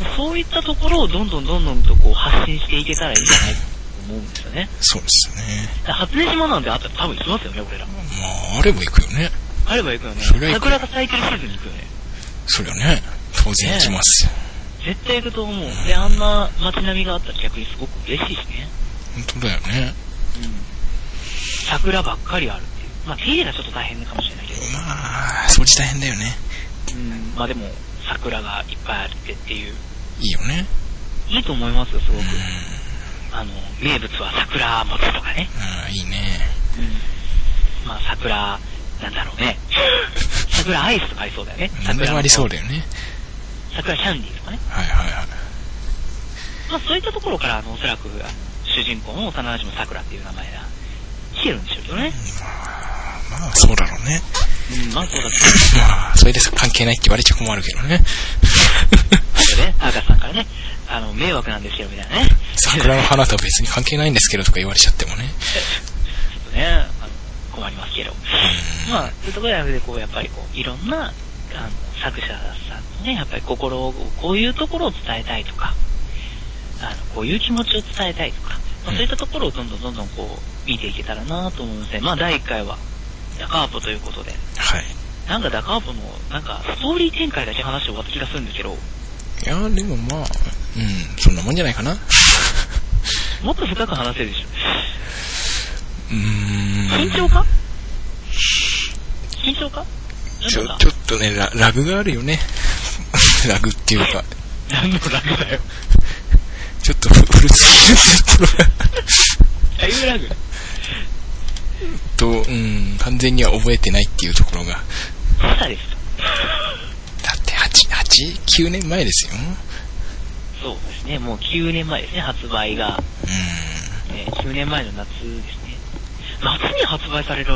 [SPEAKER 2] うん。
[SPEAKER 1] そういったところをどんどんどんどんとこう発信していけたらいいんじゃないかと思うんですよね。
[SPEAKER 2] そうですね。
[SPEAKER 1] だから初音島なんてあったら多分行きますよね、俺ら。
[SPEAKER 2] まあ、あれば行くよね。
[SPEAKER 1] あれば行くよね。
[SPEAKER 2] それは行く
[SPEAKER 1] 桜が咲いてるシーズンに行くよね。
[SPEAKER 2] そりゃね。当然行きます。
[SPEAKER 1] 絶対行くと思う。で、あんな街並みがあったら逆にすごく嬉しいしね。
[SPEAKER 2] 本当だよね。
[SPEAKER 1] 桜ばっかりあるっていう。まあ、手入れがちょっと大変かもしれないけど。
[SPEAKER 2] まあ、掃除大変だよね。
[SPEAKER 1] うん。まあでも、桜がいっぱいあってっていう。
[SPEAKER 2] いいよね。
[SPEAKER 1] いいと思いますよ、すごく
[SPEAKER 2] うん。。
[SPEAKER 1] あの、名物は桜餅とかね。
[SPEAKER 2] ああ、いいね。
[SPEAKER 1] うん。まあ、桜、なんだろう ね。桜アイスとかありそうだよね。
[SPEAKER 2] 何でもありそう
[SPEAKER 1] で。
[SPEAKER 2] だよね。
[SPEAKER 1] 桜キャンディーとかね。
[SPEAKER 2] はいはいはい。
[SPEAKER 1] まあ、そういったところから、あの、おそらく、あの主人公の幼馴染の桜っていう名前が、来てるんでしょうけどね。
[SPEAKER 2] まあ、そうだ ろうね。
[SPEAKER 1] うん、まあそうだと思う
[SPEAKER 2] まあ、それでさ関係ないって言われちゃ困るけどね。
[SPEAKER 1] からね、あの、迷惑なんですけど、みたいなね。
[SPEAKER 2] 桜の花とは別に関係ないんですけどとか言われちゃってもね。
[SPEAKER 1] ちょっとね、あの困りますけど。
[SPEAKER 2] うん
[SPEAKER 1] まあ、そういうところじゃなくて、こう、やっぱりこう、いろんな、あの、作者さんのね、やっぱり心を、こういうところを伝えたいとか、あの、こういう気持ちを伝えたいとか、まあ、
[SPEAKER 2] うん
[SPEAKER 1] そういったところをどんどんどんどんこう、見ていけたらなと思うんですね。まあ、第1回は、ダカーポということで、
[SPEAKER 2] はい。
[SPEAKER 1] なんかダカーポの、なんか、ストーリー展開だけ話終わった気がするんですけど、
[SPEAKER 2] いやーでもまあ、うん、そんなもんじゃないかな。う
[SPEAKER 1] もっと深く話せるでしょ。
[SPEAKER 2] ーん。
[SPEAKER 1] 緊張か緊張か
[SPEAKER 2] ち
[SPEAKER 1] なん
[SPEAKER 2] ょ、
[SPEAKER 1] だ
[SPEAKER 2] ちょっとね、ララグがある よね。ラグっていうか、
[SPEAKER 1] 何のラグだよ。
[SPEAKER 2] ちょっとふ 古すぎるところが。
[SPEAKER 1] タイムラグ
[SPEAKER 2] と、うん、完全には覚えてないっていうところが。だ
[SPEAKER 1] まだです
[SPEAKER 2] って8、8、9年前ですよ。
[SPEAKER 1] そうですね、もう9年前ですね、発売が。
[SPEAKER 2] うん。
[SPEAKER 1] ね、9年前の夏ですね。夏に発売される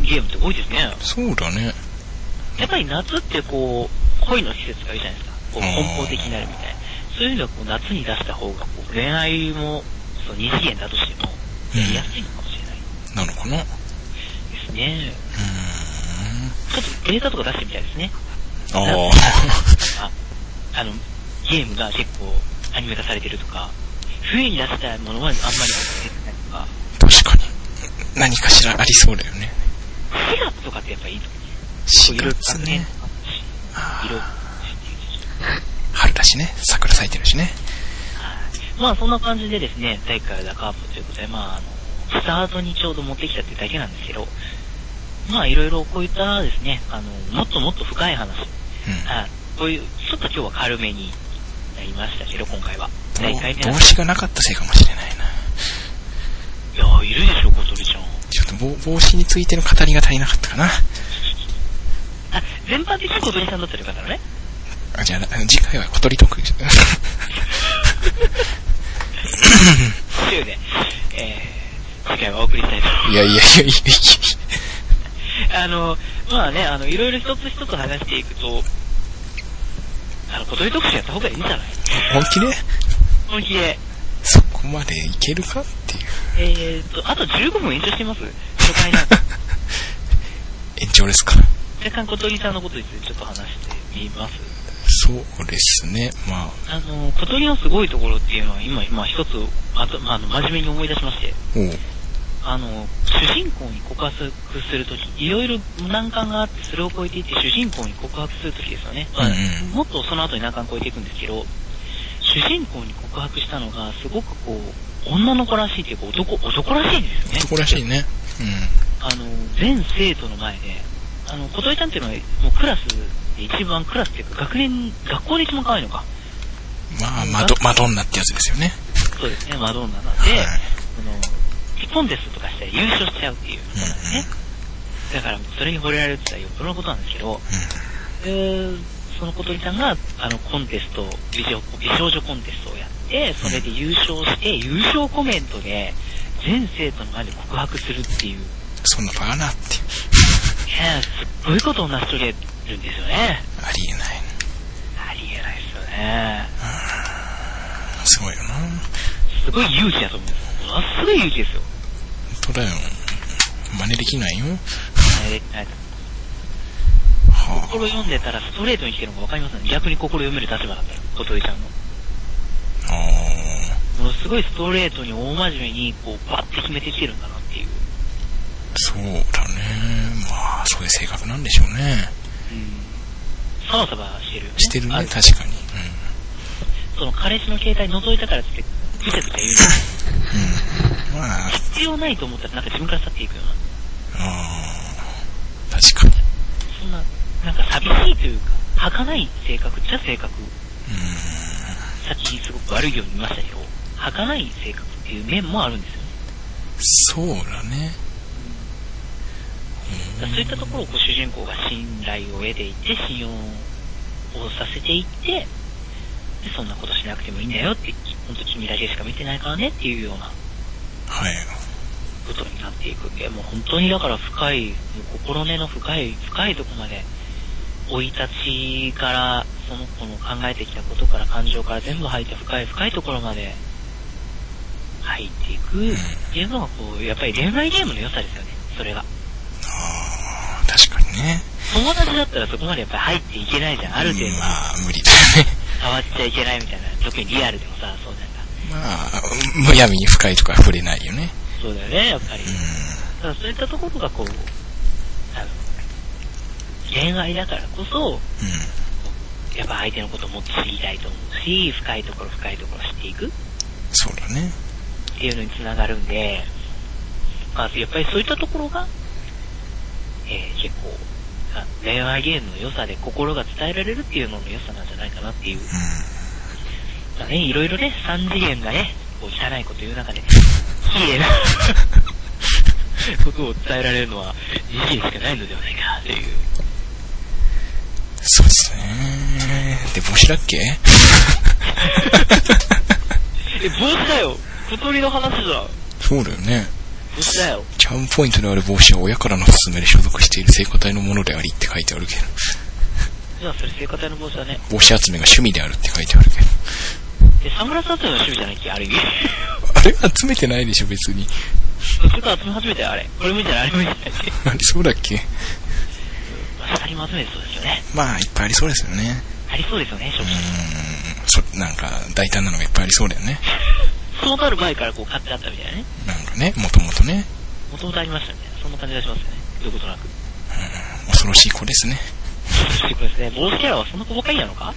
[SPEAKER 1] ゲームって多いですね。
[SPEAKER 2] そうだね。
[SPEAKER 1] やっぱり夏ってこう、恋の季節がいいじゃないですか。こう、
[SPEAKER 2] うん
[SPEAKER 1] 奔放的になるみたいな。そういうのはこう夏に出した方がこう、恋愛も、そう、二次元だとしても、
[SPEAKER 2] うん
[SPEAKER 1] やりやすいのかもしれない
[SPEAKER 2] なのかなう
[SPEAKER 1] ですね。
[SPEAKER 2] ー
[SPEAKER 1] ちょっとデータとか出してみたいですね。
[SPEAKER 2] ん。あ
[SPEAKER 1] ああの、ゲームが結構アニメ化されてるとか、冬に出したものはあんまり出てないとか、
[SPEAKER 2] あ、確かに。何かしらありそうだよね。
[SPEAKER 1] 4月とかってやっぱいいと思う。
[SPEAKER 2] 4
[SPEAKER 1] いろいろ
[SPEAKER 2] 月ね。あ
[SPEAKER 1] 色々
[SPEAKER 2] 春だしね。桜咲いてるしね。
[SPEAKER 1] まあそんな感じでですね、第1回はダカープということで、まああの、スタートにちょうど持ってきたってだけなんですけど、まあいろいろこういったですね、あの、もっともっと深い話、
[SPEAKER 2] うん。
[SPEAKER 1] あこういう、ちょっと今日は軽めになりましたけど、今回は。第1回目
[SPEAKER 2] ど
[SPEAKER 1] は
[SPEAKER 2] う動詞がなかったせいかもしれないな。
[SPEAKER 1] いやいるでしょ、小鳥ちゃん。
[SPEAKER 2] ちょっと帽帽子についての語りが足りなかったかな。
[SPEAKER 1] あ、全般的に小鳥さんだったという方のね。
[SPEAKER 2] あじゃあ、次回は小鳥特集。
[SPEAKER 1] というね、えー、次回はお送りしたいと思い
[SPEAKER 2] いやいやいやいやいやい
[SPEAKER 1] ます。あの、まあね、あの、いろいろ一つ一つ話していくと、あの、小鳥特集やった方がいいんじゃない
[SPEAKER 2] や。本気で
[SPEAKER 1] 本気で。
[SPEAKER 2] そこまでいけるかっていう。
[SPEAKER 1] えーと、あと15分延長してます初回なんで。
[SPEAKER 2] 延長ですか
[SPEAKER 1] 若干小鳥さんのことについてちょっと話してみます。
[SPEAKER 2] そうですね。まあ、
[SPEAKER 1] あの、小鳥のすごいところっていうのは今、今一つ、あと、まあ、あの、真面目に思い出しまして、
[SPEAKER 2] おう。
[SPEAKER 1] あの、主人公に告白するとき、いろいろ難関があって、それを超えていって、主人公に告白するときですよね。まあ
[SPEAKER 2] うんうん
[SPEAKER 1] もっとその後に難関を超えていくんですけど、主人公に告白したのが、すごくこう、女の子らしいっていうか、男、男らしいんですよね。
[SPEAKER 2] 男らしいね。
[SPEAKER 1] あの、全生徒の前で、あの、小鳥ちゃんっていうのは、もうクラスで一番クラスっていうか、学年、学校で一番可愛いのか。
[SPEAKER 2] うん。まあ、マドマドンナってやつですよね。
[SPEAKER 1] そうですね、マドンナなんで、
[SPEAKER 2] は
[SPEAKER 1] あ
[SPEAKER 2] い
[SPEAKER 1] の、テコンテストとかして優勝しちゃうっていう。
[SPEAKER 2] うんうん。
[SPEAKER 1] ね。だから、それに惚れられるって言ったらよっぽどのことなんですけど、えーその小鳥さんが、あの、コンテスト、美少美少女コンテストをやって、それで優勝して、優勝コメントで、全生徒の前で告白するっていう、ね、
[SPEAKER 2] そんなバカなって。
[SPEAKER 1] すっごいことを成し遂げるんですよね。
[SPEAKER 2] ありえない。
[SPEAKER 1] ありえないですよね。
[SPEAKER 2] すごいよな。本
[SPEAKER 1] すごい勇気だと思うんですよ。ものすごい勇気 ですよ。
[SPEAKER 2] 当だよ。真似できないよ。
[SPEAKER 1] あれあれ
[SPEAKER 2] は
[SPEAKER 1] 心読んでたらストレートに来てるのがわかりますね。逆に心読める立場だったら、小鳥ちゃんの。
[SPEAKER 2] あ。ああ。
[SPEAKER 1] ものすごいストレートに大真面目に、こう、バッて決めてきてるんだなっていう。
[SPEAKER 2] そうだね。まあ、そういう性格なんでしょうね。
[SPEAKER 1] うん。サバサバしてるよね。
[SPEAKER 2] してる
[SPEAKER 1] あ
[SPEAKER 2] ね、確かに。
[SPEAKER 1] その彼氏の携帯覗いたからって、ぐちゃぐちゃ言うの。
[SPEAKER 2] うん。まあ、
[SPEAKER 1] 必要ないと思ったらなんか自分から去っていくような。
[SPEAKER 2] ああ。確かに。
[SPEAKER 1] そんな、なんか寂しいというか、儚い性格っちゃ性格。さっきすごく悪いように言いましたけど、儚い性格っていう面もあるんですよね。
[SPEAKER 2] そうだね。
[SPEAKER 1] だからそういったところをこう主人公が信頼を得ていって、信用をさせていって、でそんなことしなくてもいいんだよって、本当君だけしか見てないからねっていうような
[SPEAKER 2] はい。
[SPEAKER 1] ことになっていく。いやもう本当にだから深い、もう心根の深い、深いとこまで、生い立ちから、その子の考えてきたことから感情から全部入って深い深いところまで入っていくゲームはこう、やっぱり恋愛ゲームの良さですよね、それが。
[SPEAKER 2] あー確かにね。
[SPEAKER 1] 友達だったらそこまでやっぱり入っていけないじゃん、ある程度
[SPEAKER 2] ま
[SPEAKER 1] は
[SPEAKER 2] あ、無理だよね。
[SPEAKER 1] 触っちゃいけないみたいな、特にリアルでもさ、そうじゃんか。
[SPEAKER 2] まあ、むやみに深いとか触れないよね。
[SPEAKER 1] そうだよね、やっぱり
[SPEAKER 2] うん。。
[SPEAKER 1] ただそういったところがこう、あの、恋愛だからこそ、
[SPEAKER 2] うん。
[SPEAKER 1] やっぱ相手のことをもっと知りたいと思うし、深いところ深いところ知っていくっ
[SPEAKER 2] そうだね。
[SPEAKER 1] ていうのにつながるんで、まあ、やっぱりそういったところが、えー結構、あ恋愛ゲームの良さで心が伝えられるっていうのの良さなんじゃないかなっていう。
[SPEAKER 2] うん。
[SPEAKER 1] まあね、いろいろね、三次元がね、こう汚いこと言う中 で、綺麗なことを伝えられるのは、二次元しかないのではないかという。
[SPEAKER 2] そうですね。で、帽子だっけ
[SPEAKER 1] え、帽子だよ小鳥の話だ帽
[SPEAKER 2] そうだよね。
[SPEAKER 1] 子だよ
[SPEAKER 2] チャームポイントのある帽子は親からの勧めで所属している聖歌隊のものでありって書いてあるけど、
[SPEAKER 1] じゃあそれ聖火隊の帽子だね。
[SPEAKER 2] 帽子集めが趣味であるって書いてあるけど。
[SPEAKER 1] で、サムラス集めの趣味じゃないっけ ある意味。
[SPEAKER 2] あれ集めてないでしょ、別に。
[SPEAKER 1] そっちから集め始めたよ、あれ。これもいいんじゃないあれもいいんじゃない
[SPEAKER 2] あれ、そうだっけ
[SPEAKER 1] まあ、二人も集めてそうですよね。
[SPEAKER 2] まあ、いっぱいありそうですよね。
[SPEAKER 1] ありそうですよね、正
[SPEAKER 2] う
[SPEAKER 1] 直。
[SPEAKER 2] ん。そ、なんか、大胆なのがいっぱいありそうだよね。
[SPEAKER 1] そうなる前からこう買ってあったみたいなね。
[SPEAKER 2] なんかね、もともとね。
[SPEAKER 1] もともとありましたみたいな。そんな感じがしますよね。どういうこと なく。
[SPEAKER 2] 恐ろしい子ですね。
[SPEAKER 1] そういうことですね。帽子キャラはそんな細かいなのか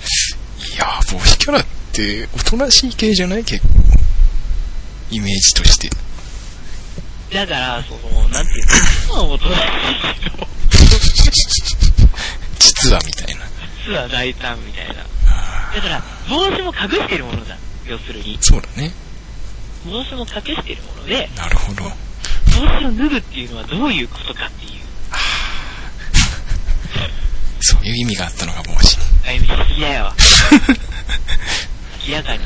[SPEAKER 2] いやー、帽子キャラって、おとなしい系じゃない結構。イメージと して。
[SPEAKER 1] だから、その、なんていうか、今もとないけど、
[SPEAKER 2] 実はみたいな。
[SPEAKER 1] 実は大胆みたいな。だ
[SPEAKER 2] あ
[SPEAKER 1] から、帽子も隠してるものじゃん。要するに
[SPEAKER 2] ー。そうだね。
[SPEAKER 1] 帽子も隠してるもので、
[SPEAKER 2] なるほど。
[SPEAKER 1] 帽子を脱ぐっていうのはどういうことかっていう。
[SPEAKER 2] そういう意味があったのが帽子。
[SPEAKER 1] あゆみすぎだよ。明らかに。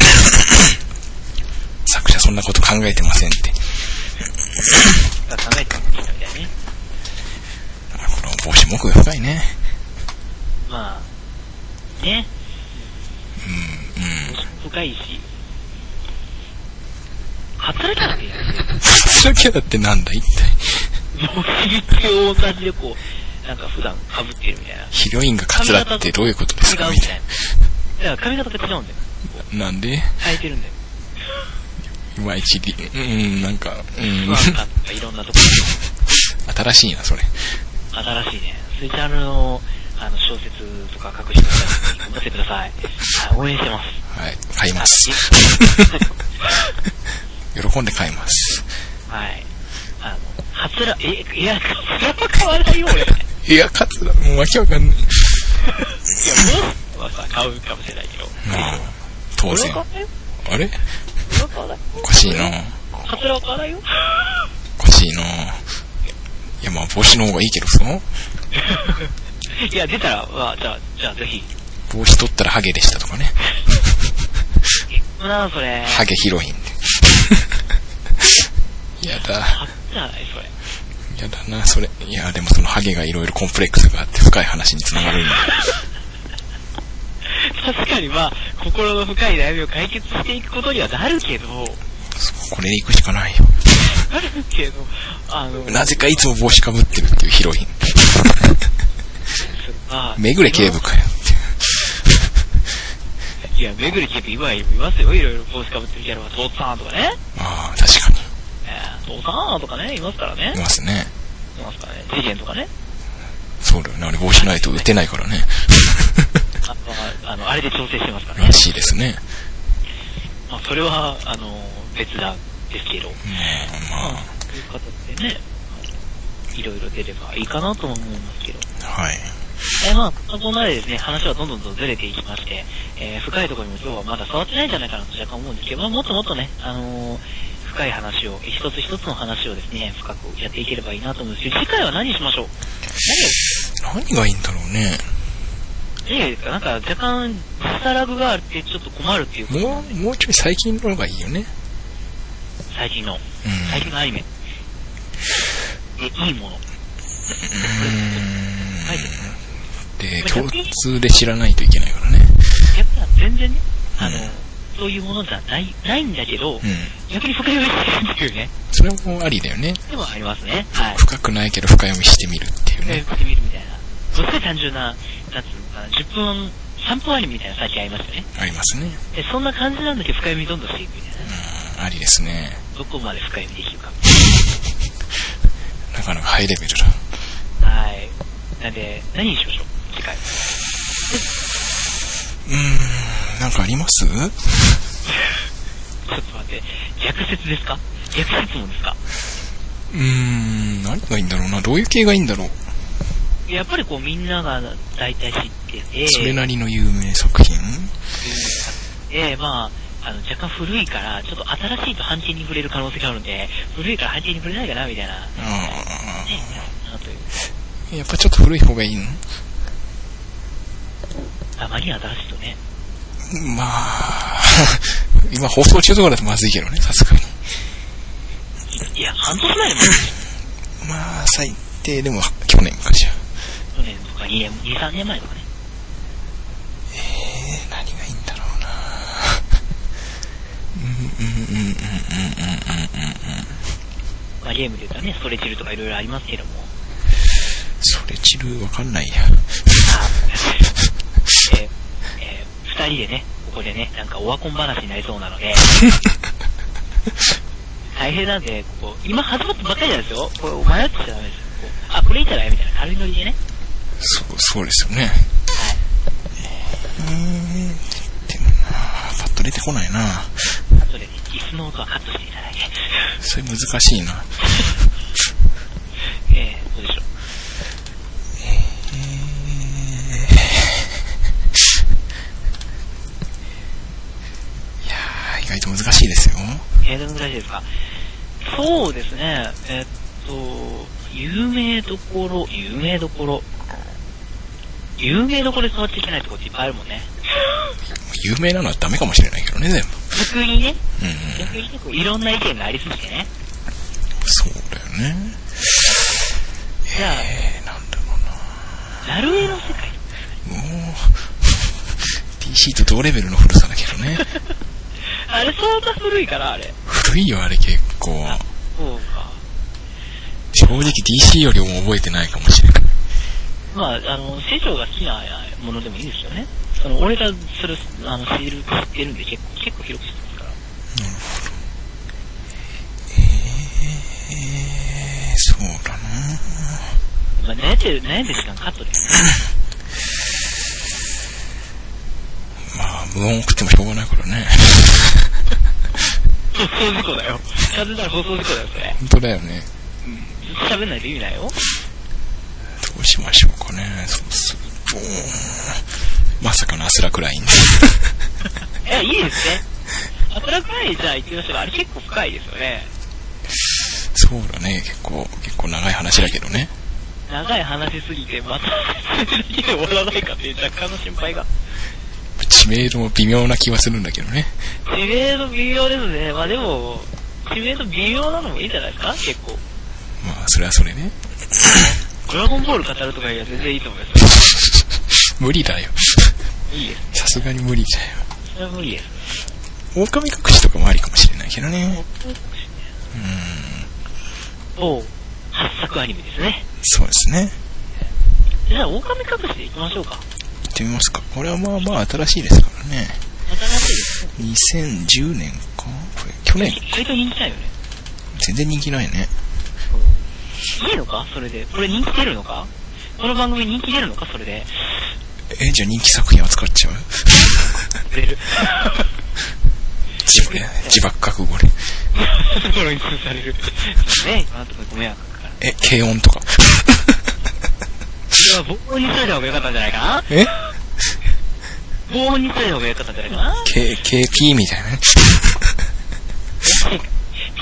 [SPEAKER 2] 作者そんなこと考えてませんって。
[SPEAKER 1] 考えてみたみたいね。
[SPEAKER 2] あーこの帽子も奥が深いね。
[SPEAKER 1] まあ、ね。
[SPEAKER 2] うん、うん。
[SPEAKER 1] 深いし。働かなきゃいけないんだよ。
[SPEAKER 2] 普通のキャラってなんだ一体。
[SPEAKER 1] 帽子って大さじでこう、なんか普段被ってるみたいな。
[SPEAKER 2] ヒロインがカツラってどういうことですか
[SPEAKER 1] 違う
[SPEAKER 2] み
[SPEAKER 1] み
[SPEAKER 2] た
[SPEAKER 1] た
[SPEAKER 2] い
[SPEAKER 1] いな。だから髪型が違うんだよ。
[SPEAKER 2] な。なんで
[SPEAKER 1] 変えてるんだよ。
[SPEAKER 2] いまいちり、うん、なんか、うん
[SPEAKER 1] 不、安感とかいろんなとこ
[SPEAKER 2] 新しいな、それ。
[SPEAKER 1] ろ。新しいね。そういったあの、あの、小説とか書く人たちに頑張ってくだ さい。はい応援してます。
[SPEAKER 2] はい、買います。 喜んで買います。
[SPEAKER 1] はい。あの、はつら、え、いや、はつらは買わないよ、俺。いや、
[SPEAKER 2] いや、カツラ、もうわけわかんな
[SPEAKER 1] も
[SPEAKER 2] い。
[SPEAKER 1] う、まあ、買うかもしれないけど。
[SPEAKER 2] まあ、当
[SPEAKER 1] 俺
[SPEAKER 2] 然。
[SPEAKER 1] は買わないよ。
[SPEAKER 2] あれ
[SPEAKER 1] 俺は買わないよ。
[SPEAKER 2] おかしいな
[SPEAKER 1] はつらは買わないよ。
[SPEAKER 2] おかしいないや、まあ、帽子の方がいいけどさ。
[SPEAKER 1] いや、出たら、まあ、じゃあ、じゃあ、ぜひ。
[SPEAKER 2] 帽子取ったらハゲでしたとかね。
[SPEAKER 1] うなそれ。
[SPEAKER 2] ハゲヒロインって。やだ。
[SPEAKER 1] はつらない、それ。
[SPEAKER 2] やだな、それ。いや、でもそのハゲがいろいろコンプレックスがあって深い話につながるんだ。
[SPEAKER 1] 確かにまあ、心の深い悩みを解決していくことにはなるけど、
[SPEAKER 2] そうこれで行くしかないよ。
[SPEAKER 1] なるけど、あの、
[SPEAKER 2] なぜかいつも帽子かぶってるっていうヒロイン。
[SPEAKER 1] まあ、
[SPEAKER 2] めぐれ警部かよって。
[SPEAKER 1] いや、めぐれ警部今いますよ、いろいろ帽子かぶってるキャラは、父さんとかね、
[SPEAKER 2] ああ、確かに。
[SPEAKER 1] えー、父さんとかね、いますからね
[SPEAKER 2] い、ますね。
[SPEAKER 1] いますからね、事件とかね、
[SPEAKER 2] そうだよね。あれ帽子ないと打てないからね。
[SPEAKER 1] あまあ、あの、あれで調整してますからね
[SPEAKER 2] ら、しいですね。
[SPEAKER 1] まあ、それは、あの、別段ですけど、と
[SPEAKER 2] まあ、ま
[SPEAKER 1] いう形でね、いろいろ出ればいいかなとも思いますけど、
[SPEAKER 2] あ、はい。
[SPEAKER 1] えーまあ、そんなこんなでですね、話はどんどんとずれていきまして、えー深いところにも今日はまだ触ってないんじゃないかなと若干思うんですけど、まあ、もっともっとね、あのー深い話を、えー一つ一つの話をですね、深くやっていければいいなと思うんですけど、次回は何しましょう
[SPEAKER 2] 何がいいんだろうね。
[SPEAKER 1] 何がいいですかなんか若干、時差ラグがあってちょっと困るっていうこと
[SPEAKER 2] もう、もうちょい最近の方がいいよね。
[SPEAKER 1] 最近の、
[SPEAKER 2] うん。
[SPEAKER 1] 最近のアニメ。で、いいもの。
[SPEAKER 2] うーん
[SPEAKER 1] はい。
[SPEAKER 2] で、共通で知らないといけないからね。
[SPEAKER 1] 全然ね、あの、
[SPEAKER 2] うん
[SPEAKER 1] そういうものじゃない、ないんだけど、
[SPEAKER 2] うん。
[SPEAKER 1] 逆に深読みしてるっていうね、
[SPEAKER 2] それもありだよね。
[SPEAKER 1] ではありますね。はい。
[SPEAKER 2] 深くないけど深読みしてみるっていう
[SPEAKER 1] 深
[SPEAKER 2] ね。
[SPEAKER 1] 読みしてみるみたいな。すごい単純な、なんつうのかな、10分、3分アニメみたいな最近ありますよね。
[SPEAKER 2] ありますね。
[SPEAKER 1] で、そんな感じなんだけど深読みどんどんしていくみたいな。
[SPEAKER 2] うん、ありですね。
[SPEAKER 1] どこまで深読みできるか。
[SPEAKER 2] なかなかハイレベルだ。
[SPEAKER 1] はい。なんで、何にしましょう次回。
[SPEAKER 2] うーん、なんかあります
[SPEAKER 1] ちょっと待って、逆説ですか逆説問ですか
[SPEAKER 2] うーん、何がいいんだろうな。どういう系がいいんだろう。
[SPEAKER 1] やっぱりこうみんなが大体知ってて、
[SPEAKER 2] それなりの有名作品
[SPEAKER 1] で、まあ、あの、若干古いから、ちょっと新しいと半径に触れる可能性があるんで、古いから半径に触れないかな、みたいな。ね、
[SPEAKER 2] あ
[SPEAKER 1] なという。
[SPEAKER 2] あ、やっぱちょっと古い方がいいの
[SPEAKER 1] あまりに新しいとね。
[SPEAKER 2] まあ、 今放送中とかだとまずいけどね、さすがに。
[SPEAKER 1] いや、半年前でも、去
[SPEAKER 2] まあ、最低でも去年かじゃあ。
[SPEAKER 1] 年とか2年、2、3年前とかね。
[SPEAKER 2] えー、何がいいんだろうな。うんうんうんうんうんうんうんうん。
[SPEAKER 1] まあ、ゲームで言うとね、ストレッチルとかいろいろありますけども。
[SPEAKER 2] それチルわかんないや。
[SPEAKER 1] えーえー二人でね、ここでね、なんかオワコン話になりそうなので、大変なんで、ここ、今始まったばっかりなんですよ。これ、迷ってちゃダメですよ。こうあ、これいいんじゃないみたいな軽いノリでね。
[SPEAKER 2] そう、そうですよね。
[SPEAKER 1] はい。
[SPEAKER 2] うーん、でもな、パッと出てこないな。
[SPEAKER 1] あとで、ね、椅子の音はカットしていただいて。
[SPEAKER 2] それ難しいな。
[SPEAKER 1] えー、どうでしょう。
[SPEAKER 2] いやー、意外と難しいですよ。
[SPEAKER 1] えー、どのぐらいですかそうですね、えーっと、有名どころ、有名どころ。有名どころで触っちゃいけないとこっていっぱいあるもんね。
[SPEAKER 2] 有名なのはダメかもしれないけどね、全部。
[SPEAKER 1] 逆にね、
[SPEAKER 2] うんうん、
[SPEAKER 1] 逆にね、こういろんな意見がありすぎてね。
[SPEAKER 2] そうだよね。
[SPEAKER 1] じゃあ、
[SPEAKER 2] えー、なんだろうな。
[SPEAKER 1] ラルエの世界。
[SPEAKER 2] もう、DC と同レベルの古さだけどね。
[SPEAKER 1] あれ、相当古いから、あれ。
[SPEAKER 2] 古いよ、あれ結構。
[SPEAKER 1] そうか。
[SPEAKER 2] 正直 DC よりも覚えてないかもしれない。
[SPEAKER 1] まあ、あの、師匠が好きなものでもいいですよね。その、俺がそれ、あの、知る、知ってるんで結構、結構広く知ってますから。
[SPEAKER 2] えー、そうだな。
[SPEAKER 1] まあ、悩んでる、悩んでる時間カットです。
[SPEAKER 2] まあ、無音食ってもしょうがないからね。
[SPEAKER 1] 放送事故だよ。完全なる放送事故だよ、それ。
[SPEAKER 2] 本当だよね。
[SPEAKER 1] 喋んないと意味ないよ。
[SPEAKER 2] どうしましょうかね。そうすると、まさかのアスラクライン。
[SPEAKER 1] え、いいですね。あくらくらいじゃあ行ってみましょうか。あれ結構深いですよね。
[SPEAKER 2] そうだね、結構、結構長い話だけどね。
[SPEAKER 1] 長い話すぎて、また、続きで終わらないかという若干の心配が。
[SPEAKER 2] 知名度も微妙な気はするんだけどね。
[SPEAKER 1] 知名度微妙ですね。まあでも、知名度微妙なのもいいんじゃないですか結構。
[SPEAKER 2] まあ、それはそれね。
[SPEAKER 1] ドラゴンボール語るとかよりは全然いいと思いますよ。
[SPEAKER 2] 無理だよ。
[SPEAKER 1] いいです。
[SPEAKER 2] さすがに無理だよ。
[SPEAKER 1] それは無理です。
[SPEAKER 2] 狼隠しとかもありかもしれないけどね。
[SPEAKER 1] おう、発作アニメですね。
[SPEAKER 2] そうですね。
[SPEAKER 1] じゃあ、狼隠しで行きましょうか。
[SPEAKER 2] 行ってみますか。これはまあまあ新しいですからね。
[SPEAKER 1] 新しいですね。
[SPEAKER 2] 2010年かこれ、去年
[SPEAKER 1] 意外と人気ないよね。
[SPEAKER 2] 全然人気ないね。
[SPEAKER 1] いいのかそれで。これ人気出るのかこの番組人気出るのかそれで。
[SPEAKER 2] え、じゃあ人気作品扱っちゃう
[SPEAKER 1] 出る。
[SPEAKER 2] 自自爆覚悟で。
[SPEAKER 1] ところに通される。ね今のところご迷惑かから。
[SPEAKER 2] え、軽音とか。
[SPEAKER 1] いや、防音にしといた方がよかったんじゃないかな
[SPEAKER 2] え
[SPEAKER 1] 防音にしといた方がよかったんじゃないかな
[SPEAKER 2] け、KP みたいなね。
[SPEAKER 1] 怪しいから。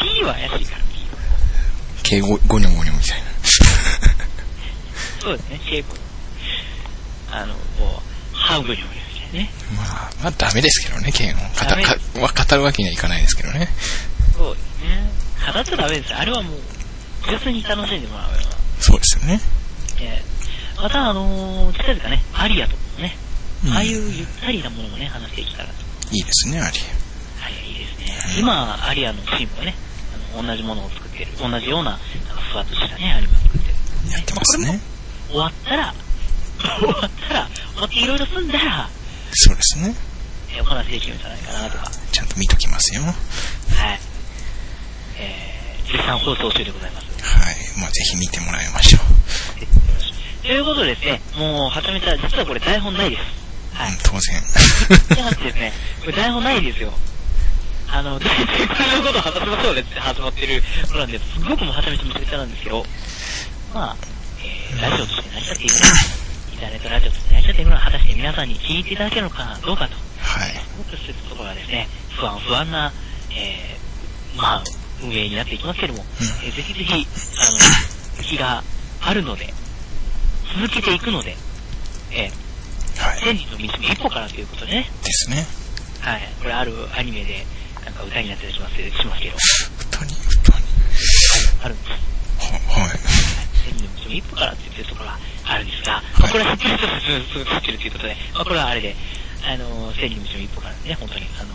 [SPEAKER 1] P は怪しいから。P は
[SPEAKER 2] K ゴゴニョゴニョみたいな。
[SPEAKER 1] そうですね、シェイプ。あの、こう、ハウグにもいるみたいなね。
[SPEAKER 2] まあ、まあダメですけどね、軽音。か
[SPEAKER 1] ダ
[SPEAKER 2] た
[SPEAKER 1] メ
[SPEAKER 2] かわ語るわけにはいかないですけどね。
[SPEAKER 1] そうですね。語っちゃダメですよ。あれはもう、純粋に楽しんでもらうような。
[SPEAKER 2] そうですよね。
[SPEAKER 1] えーまた、あのー、近々ね、アリアとかもね、
[SPEAKER 2] うん
[SPEAKER 1] ああいうゆったりなものもね、話できたら、
[SPEAKER 2] いいですね、アリ
[SPEAKER 1] はい、いいですね。今、アリアのチームがね、あの同じものを作ってる、同じような、なんかふわっとしたね、アリアを作ってる。
[SPEAKER 2] やってますね。
[SPEAKER 1] 終わったら、終わったら、終わっていろいろ済んだら、
[SPEAKER 2] そうですね。
[SPEAKER 1] えーお話できるんじゃないかなとか、
[SPEAKER 2] ちゃんと見ときますよ。はい。
[SPEAKER 1] はい。えー、絶賛放送中でございます。
[SPEAKER 2] まあ、ぜひ見てもらいましょう。
[SPEAKER 1] ということでですね、もう、はためた、実はこれ台本ないです。は
[SPEAKER 2] う
[SPEAKER 1] い
[SPEAKER 2] ん、。当然。
[SPEAKER 1] じ ゃなくてですね、これ台本ないですよ。あの、大体これのことを話しましょうねって始まってるのなんです、僕もはためてめちゃくちゃなんですけど、まあ、えー、ラジオとして成り立っているインターネットラジオとして成り立っているのは果たして皆さんに聞いていただけるのかどうかと、
[SPEAKER 2] はい。
[SPEAKER 1] すごくそういったところがですね、不安不安な、えー、まあ、運営になっていきますけども、えーぜひぜひ、あの、気があるので、続けていくので、えー、
[SPEAKER 2] はい。
[SPEAKER 1] 千里の道の一歩からということでね、
[SPEAKER 2] ですね。
[SPEAKER 1] はい。これあるアニメで、なんか歌になったりしますしますけど、
[SPEAKER 2] 歌に、歌に。
[SPEAKER 1] あるんです。
[SPEAKER 2] は、はい。
[SPEAKER 1] 千里の道の一歩からって言ってるところがあるんですが、
[SPEAKER 2] い
[SPEAKER 1] まあ、これは知ってる人は知ってるということで、まあ、これはあれで、あの、千里の道の一歩からね、本当に、あの、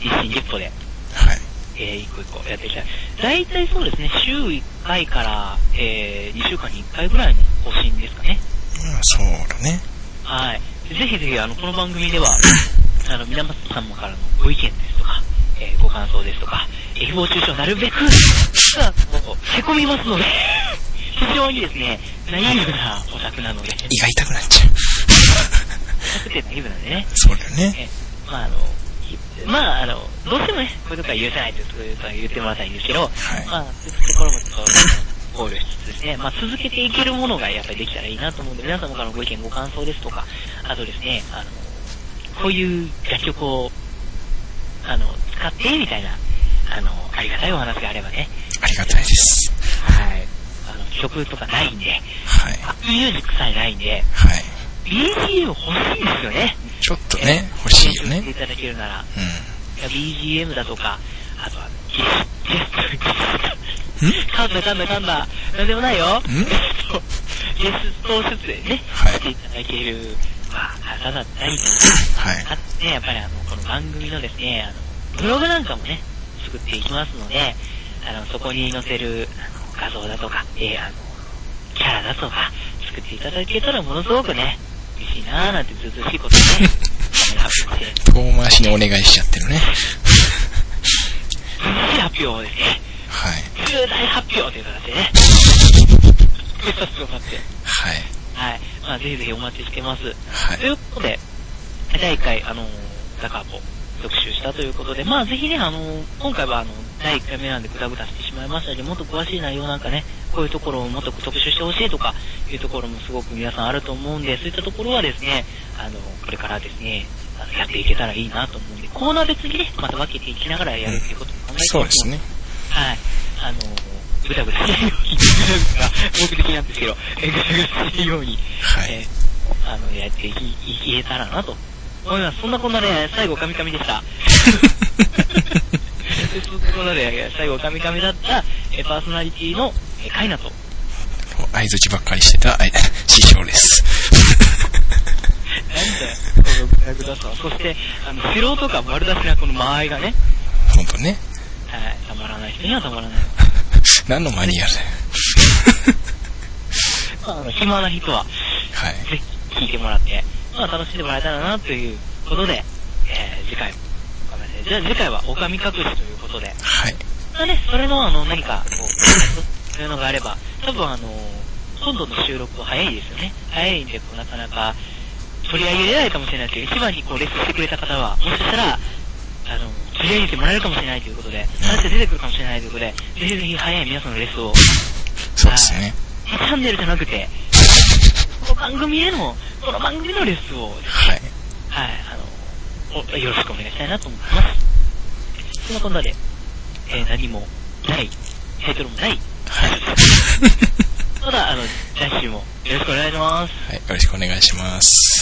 [SPEAKER 1] 一心一歩で、
[SPEAKER 2] はい。
[SPEAKER 1] えー、一個一個やっていきたい。大体そうですね、週1回から、えー、2週間に1回ぐらいの更新ですかね。
[SPEAKER 2] まあ、そうだね。
[SPEAKER 1] はい。ぜひぜひ、あの、この番組では、 あの、皆松さんからのご意見ですとか、えーご感想ですとか、えー誹謗中傷なるべく、あのへこみますので、 非常にですね、ナイーブなオタクなので、
[SPEAKER 2] 胃が痛くなっちゃう。
[SPEAKER 1] なくてナイーブなんでね、
[SPEAKER 2] そうだよね。
[SPEAKER 1] えーまああの、ひまああの、どうしてもね、こういうとこは許せないというところは言ってもらいたいんですけど、
[SPEAKER 2] はい
[SPEAKER 1] まあ、そういうところもちょっと考慮しつつですね、まあ続けていけるものがやっぱりできたらいいなと思うんで、皆様からのご意見、ご感想ですとか、あとですね、あの、こういう楽曲を、あの、使って、みたいな、あの、ありがたいお話があればね、
[SPEAKER 2] ありがたいです。
[SPEAKER 1] はい。あの、曲とかないんで、
[SPEAKER 2] はい。
[SPEAKER 1] アップミュージックさえないんで、
[SPEAKER 2] はい。
[SPEAKER 1] BGM 欲しいですよね。
[SPEAKER 2] ちょっとね、欲しいよ
[SPEAKER 1] 教えてい
[SPEAKER 2] ね。
[SPEAKER 1] ただけるなら。
[SPEAKER 2] うん。
[SPEAKER 1] BGM だとか、あとは、ゲスゲスト、かんだかんだかんだ、なんでもないよ。
[SPEAKER 2] ん
[SPEAKER 1] ゲスト、ゲスト出演ね、
[SPEAKER 2] はい
[SPEAKER 1] していただける、まあ、方だ ったり、
[SPEAKER 2] はい。
[SPEAKER 1] あとね、やっぱりあの、この番組のですね、あの、ブログなんかもね、作っていきますので、あの、そこに載せるあの画像だとか、えーあの、キャラだとか、作っていただけたらものすごくね、嬉しいなーなんてずうずうしいこと ね、あの、して
[SPEAKER 2] 遠回しにお願いしちゃってるね。
[SPEAKER 1] 嬉しい発表をですね、
[SPEAKER 2] はい。
[SPEAKER 1] 重大発表という形でね。ちょっと待って。
[SPEAKER 2] はい。
[SPEAKER 1] はい。まあ、ぜひぜひお待ちしてます。
[SPEAKER 2] はい
[SPEAKER 1] と。いうことで、第1回、あのー、ザカーポ、特集したということで、まあ、ぜひね、あのー今回は、あの、第1回目なんでグダグダしてしまいましたけど、もっと詳しい内容なんかね、こういうところをもっと特集してほしいとか、いうところもすごく皆さんあると思うんで、そういったところはですね、あの、これからですね、あのやっていけたらいいなと思うんで、コーナー別にね、また分けていきながらやるっていうことも考えてます
[SPEAKER 2] そうですね。
[SPEAKER 1] はい。あのー、ぐだぐだしないように、ぐだぐだが目的なんですけど、えーぐだぐだしないように、
[SPEAKER 2] はい
[SPEAKER 1] えーあの、やっていき、いけたらなと。思います。そんなこんなで、最後、カミカミでした。 そんなこんなで、最後、カミカミだった、えーパーソナリティの、えーカイナと、
[SPEAKER 2] 相づちばっかりしてたあい師匠です。
[SPEAKER 1] なんで、このぐだぐださは、そして、あの、素人感丸出しなこの間合いがね、
[SPEAKER 2] ほんとね。
[SPEAKER 1] はい、たまらない人にはたまらない。
[SPEAKER 2] 何のマニュアルだよ。
[SPEAKER 1] まあ、あの、暇な人は、
[SPEAKER 2] はい。
[SPEAKER 1] ぜひ聞いてもらって、まあ、楽しんでもらえたらなということで、えー、次回も、ごめんなさいじゃあ次回は、おかみ隠しということで、
[SPEAKER 2] はい。
[SPEAKER 1] まあね、それの、あの、何か、こう、そう いうのがあれば、多分あの、今度の収録は早いですよね。早いんで、こう、なかなか、取り上げれないかもしれないですけど、一番にこう、レッスンしてくれた方は、もしかしたら、あの、取り上げてもらえるかもしれないということで、話で出てくるかもしれないということで、ぜひぜひ早い皆さんのレッスンを、
[SPEAKER 2] そうですね。
[SPEAKER 1] チャンネルじゃなくて、この番組への、この番組のレッスンを、
[SPEAKER 2] はい。
[SPEAKER 1] はい、あの、およろしくお願いしたいなと思います。そんなこんなで、えー何もない、タイトルもない、
[SPEAKER 2] はい。
[SPEAKER 1] ただ、あの、来週もよろしくお願いします。
[SPEAKER 2] はい。よろしくお願いします。